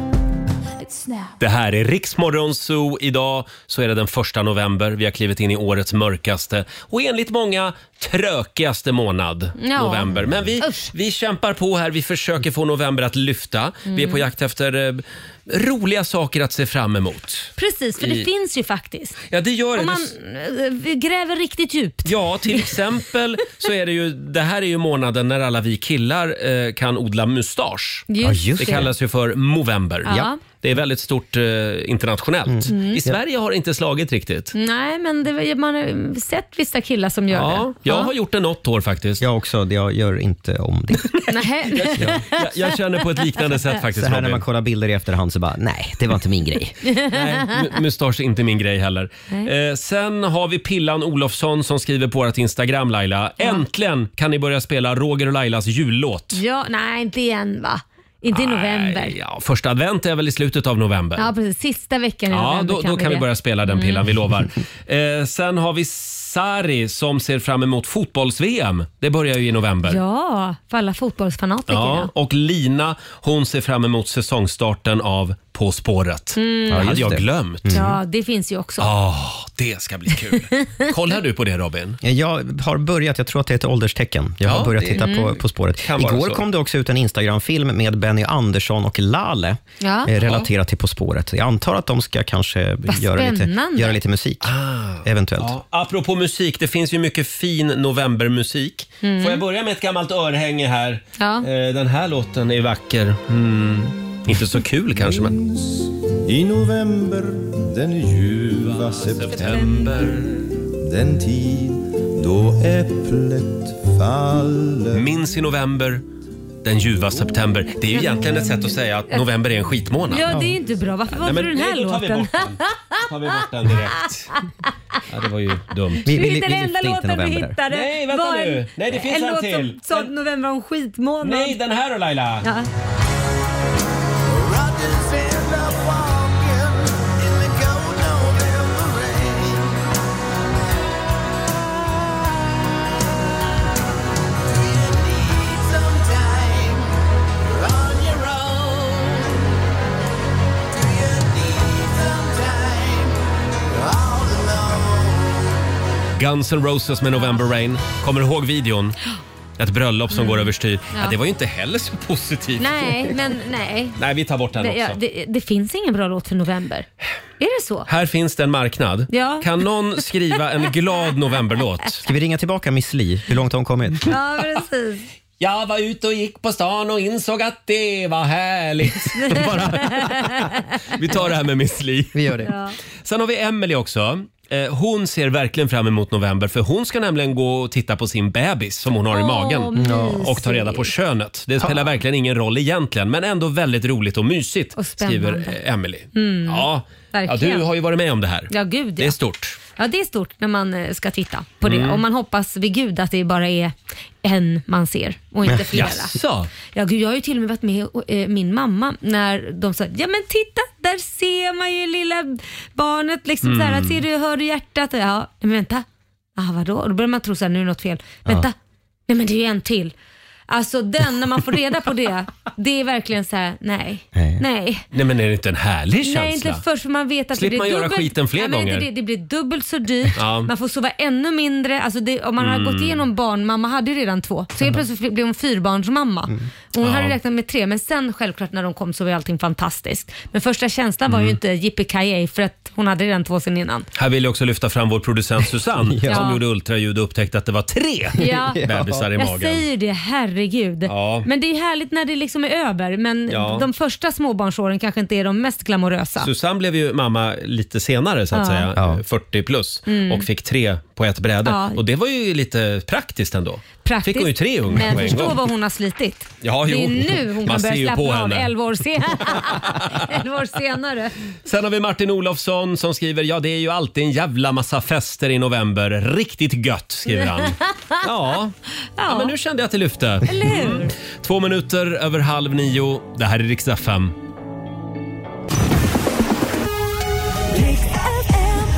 [SPEAKER 1] Det här är Riksmorgon Zoo. Idag så är det den första november. Vi har klivit in i årets mörkaste och enligt många trökigaste månad,
[SPEAKER 3] Ja.
[SPEAKER 1] november. Men vi, vi kämpar på här. Vi försöker få november att lyfta. Vi är på
[SPEAKER 2] Mm.
[SPEAKER 1] jakt efter eh, roliga saker att se fram emot.
[SPEAKER 2] Precis, för
[SPEAKER 1] I-
[SPEAKER 2] det finns ju faktiskt.
[SPEAKER 1] Ja, det gör det.
[SPEAKER 2] Om man
[SPEAKER 1] Det-
[SPEAKER 2] eh, vi gräver riktigt djupt.
[SPEAKER 1] Ja, till exempel så är det ju, det här är ju månaden när alla vi killar eh, kan odla mustasch.
[SPEAKER 2] Just Ja, just
[SPEAKER 1] det.
[SPEAKER 2] det.
[SPEAKER 1] kallas ju för Movember.
[SPEAKER 2] Ja.
[SPEAKER 1] Det är väldigt stort eh, internationellt.
[SPEAKER 2] Mm.
[SPEAKER 1] I Sverige har det inte slagit riktigt.
[SPEAKER 2] Nej, men det, var- man har sett vissa killar som gör
[SPEAKER 1] Ja,
[SPEAKER 2] det.
[SPEAKER 1] jag har gjort det något år faktiskt. Jag också, jag gör inte om det.
[SPEAKER 2] Nej.
[SPEAKER 1] Jag, jag känner på ett liknande sätt faktiskt
[SPEAKER 5] Så här när
[SPEAKER 1] Robin.
[SPEAKER 5] man kollar bilder i efterhand så bara, nej, det var inte min grej.
[SPEAKER 1] Nej, mu- mustasch är inte min grej heller. Eh, sen har vi Pillan Olofsson som skriver på vårt Instagram Laila. Äntligen kan ni börja spela Roger och Lailas jullåt.
[SPEAKER 2] Ja, nej, inte igen va? Inte i november.
[SPEAKER 1] Ja, första advent är väl i slutet av november?
[SPEAKER 2] Ja, precis. Sista veckan i
[SPEAKER 1] Ja,
[SPEAKER 2] november
[SPEAKER 1] då, då kan vi
[SPEAKER 2] det.
[SPEAKER 1] börja spela den
[SPEAKER 2] Mm.
[SPEAKER 1] pillan, vi lovar. Eh, sen har vi Sari som ser fram emot fotbolls-VM. Det börjar ju i november.
[SPEAKER 2] Ja, för alla fotbollsfanatiker.
[SPEAKER 1] Ja,
[SPEAKER 2] Ja.
[SPEAKER 1] och Lina, hon ser fram emot säsongstarten av På spåret.
[SPEAKER 2] Mm.
[SPEAKER 1] Det
[SPEAKER 2] Ja,
[SPEAKER 1] hade
[SPEAKER 2] just
[SPEAKER 1] jag
[SPEAKER 2] det.
[SPEAKER 1] glömt.
[SPEAKER 2] ja, det finns ju också.
[SPEAKER 1] Mm. Ja, det ska bli kul. Kollar du på det Robin?
[SPEAKER 5] Jag har börjat, jag tror att det är ett ålderstecken. Jag har
[SPEAKER 1] Ja,
[SPEAKER 5] börjat
[SPEAKER 1] det-
[SPEAKER 5] titta på,
[SPEAKER 1] Mm.
[SPEAKER 5] på spåret.
[SPEAKER 1] Kan vara
[SPEAKER 5] Igår
[SPEAKER 1] så.
[SPEAKER 5] kom det också ut en Instagram-film med Benny Andersson och Lale
[SPEAKER 2] Ja.
[SPEAKER 5] eh, relaterat till På spåret. Jag antar att de ska kanske
[SPEAKER 2] Vad
[SPEAKER 5] göra lite,
[SPEAKER 2] spännande.
[SPEAKER 5] göra lite musik, eventuellt.
[SPEAKER 1] Apropå musik, det finns ju mycket fin novembermusik.
[SPEAKER 2] Mm.
[SPEAKER 1] Får jag börja med ett gammalt örhänge här?
[SPEAKER 2] Ja.
[SPEAKER 1] Eh, Den här låten är vacker. Mm. Inte så kul kanske, men...
[SPEAKER 3] I november, den ljuva september Den tid då äpplet faller
[SPEAKER 1] Minns i november, den ljuva september. Det är ju egentligen ett sätt att säga att november är en skitmånad.
[SPEAKER 2] Ja, det är ju inte bra. Varför valde
[SPEAKER 1] men
[SPEAKER 2] du den här
[SPEAKER 1] det- då tar vi
[SPEAKER 2] låten?
[SPEAKER 1] bort tar vi bort den direkt. Ja, det var ju dumt.
[SPEAKER 2] Det är inte den enda låten du hittade.
[SPEAKER 1] Nej, vänta
[SPEAKER 2] Var
[SPEAKER 1] nu. Nej, det finns en
[SPEAKER 2] låt
[SPEAKER 1] till.
[SPEAKER 2] Som, som november var en skitmånad.
[SPEAKER 1] Nej, den här då Laila.
[SPEAKER 2] Ja.
[SPEAKER 1] Guns N' Roses med November Rain. Kommer du ihåg videon? Ett bröllop som
[SPEAKER 2] Mm.
[SPEAKER 1] går överstyr. Ja.
[SPEAKER 2] Ja.
[SPEAKER 1] det var ju inte heller så positivt.
[SPEAKER 2] Nej, men nej.
[SPEAKER 1] Nej, vi tar bort den
[SPEAKER 2] Det,
[SPEAKER 1] också.
[SPEAKER 2] ja, det, det finns ingen bra låt för november. Är det så?
[SPEAKER 1] Här finns det en marknad.
[SPEAKER 2] Ja.
[SPEAKER 1] Kan någon skriva en glad novemberlåt? Ska
[SPEAKER 5] vi ringa tillbaka Miss Li? Hur långt har hon kommit?
[SPEAKER 2] Ja, precis.
[SPEAKER 1] Jag var ute och gick på stan och insåg att det var härligt. Vi tar det här med Miss Li. Vi gör
[SPEAKER 5] det.
[SPEAKER 2] Ja.
[SPEAKER 1] Sen har vi Emily också. Eh, Hon ser verkligen fram emot november för hon ska nämligen gå och titta på sin bebis som hon har i
[SPEAKER 3] Åh,
[SPEAKER 1] magen
[SPEAKER 3] mysigt.
[SPEAKER 1] och ta reda på könet. Det spelar verkligen ingen roll egentligen men ändå väldigt roligt och mysigt
[SPEAKER 2] spännande.
[SPEAKER 1] skriver eh, Emily.
[SPEAKER 2] Mm.
[SPEAKER 1] Ja. ja,
[SPEAKER 2] Verkligen.
[SPEAKER 1] du har ju varit med om det här.
[SPEAKER 2] Ja, gud ja.
[SPEAKER 1] Det är stort.
[SPEAKER 2] Ja, det är stort när man eh, ska titta på det.
[SPEAKER 1] Mm.
[SPEAKER 2] Och man hoppas vid gud att det bara är en man ser och inte flera.
[SPEAKER 1] Jaså?
[SPEAKER 2] Ja, gud, jag har ju till och med varit med och, eh, min mamma när de sa ja men titta där ser man ju lilla barnet liksom
[SPEAKER 11] Mm.
[SPEAKER 2] så här, att ser du, hör du hjärtat? Och, ja, men vänta, ah, vadå? Och då börjar man tro så här, nu är det något fel. Vänta, nej men det är ju en till. Alltså den, när man får reda på det, det är verkligen så här: nej, nej.
[SPEAKER 1] Nej men är det inte en härlig känsla?
[SPEAKER 2] Nej, inte först för man vet att
[SPEAKER 1] Slipper
[SPEAKER 2] det
[SPEAKER 1] man
[SPEAKER 2] blir
[SPEAKER 1] göra
[SPEAKER 2] dubbelt.
[SPEAKER 1] skiten fler
[SPEAKER 2] Nej, men inte
[SPEAKER 1] gånger?
[SPEAKER 2] Det, det blir dubbelt så dyrt,
[SPEAKER 1] Ja.
[SPEAKER 2] man får sova ännu mindre. Alltså det, om man
[SPEAKER 1] Mm. Mm.
[SPEAKER 2] har gått igenom barn, mamma hade ju redan två. Så helt plötsligt blev hon fyrbarnsmamma. Och hon
[SPEAKER 13] Ja.
[SPEAKER 2] hade räknat med tre, men sen självklart när de kom så var ju allting fantastiskt. Men första känslan var ju
[SPEAKER 1] Mm.
[SPEAKER 2] inte yippee för att hon hade redan två sen innan.
[SPEAKER 1] Här vill jag också lyfta fram vår producent Susanne
[SPEAKER 2] Ja.
[SPEAKER 1] som gjorde ultraljud och upptäckte att det var tre bebisar i
[SPEAKER 2] Jag
[SPEAKER 1] magen.
[SPEAKER 2] säger det, herregud.
[SPEAKER 1] Ja.
[SPEAKER 2] Men det är härligt när det liksom är över, men
[SPEAKER 1] Ja.
[SPEAKER 2] de första småbarnsåren kanske inte är de mest glamorösa.
[SPEAKER 1] Susanne blev ju mamma lite senare så att
[SPEAKER 2] Ja.
[SPEAKER 1] säga, 40 plus
[SPEAKER 2] Mm.
[SPEAKER 1] och fick tre på ett bräde.
[SPEAKER 2] Ja.
[SPEAKER 1] Och det var ju lite praktiskt ändå.
[SPEAKER 2] Praktiskt,
[SPEAKER 1] Fick hon ju tre ungar
[SPEAKER 2] Men
[SPEAKER 1] på en
[SPEAKER 2] förstå
[SPEAKER 1] gång.
[SPEAKER 2] vad hon har slitit.
[SPEAKER 1] Ja,
[SPEAKER 2] det är
[SPEAKER 1] jo.
[SPEAKER 2] nu hon
[SPEAKER 1] Man
[SPEAKER 2] kan
[SPEAKER 1] ser ju
[SPEAKER 2] börja
[SPEAKER 1] på
[SPEAKER 2] slappna av
[SPEAKER 1] henne.
[SPEAKER 2] 11 år, sen- 11 år senare.
[SPEAKER 1] Sen har vi Martin Olofsson som skriver, ja det är ju alltid en jävla massa fester i november. Riktigt gött, skriver han. Ja. Ja, men nu kände jag att det lyfte. Mm.
[SPEAKER 2] Eller hur?
[SPEAKER 1] Två minuter över halv nio. Det här är riksdag 5.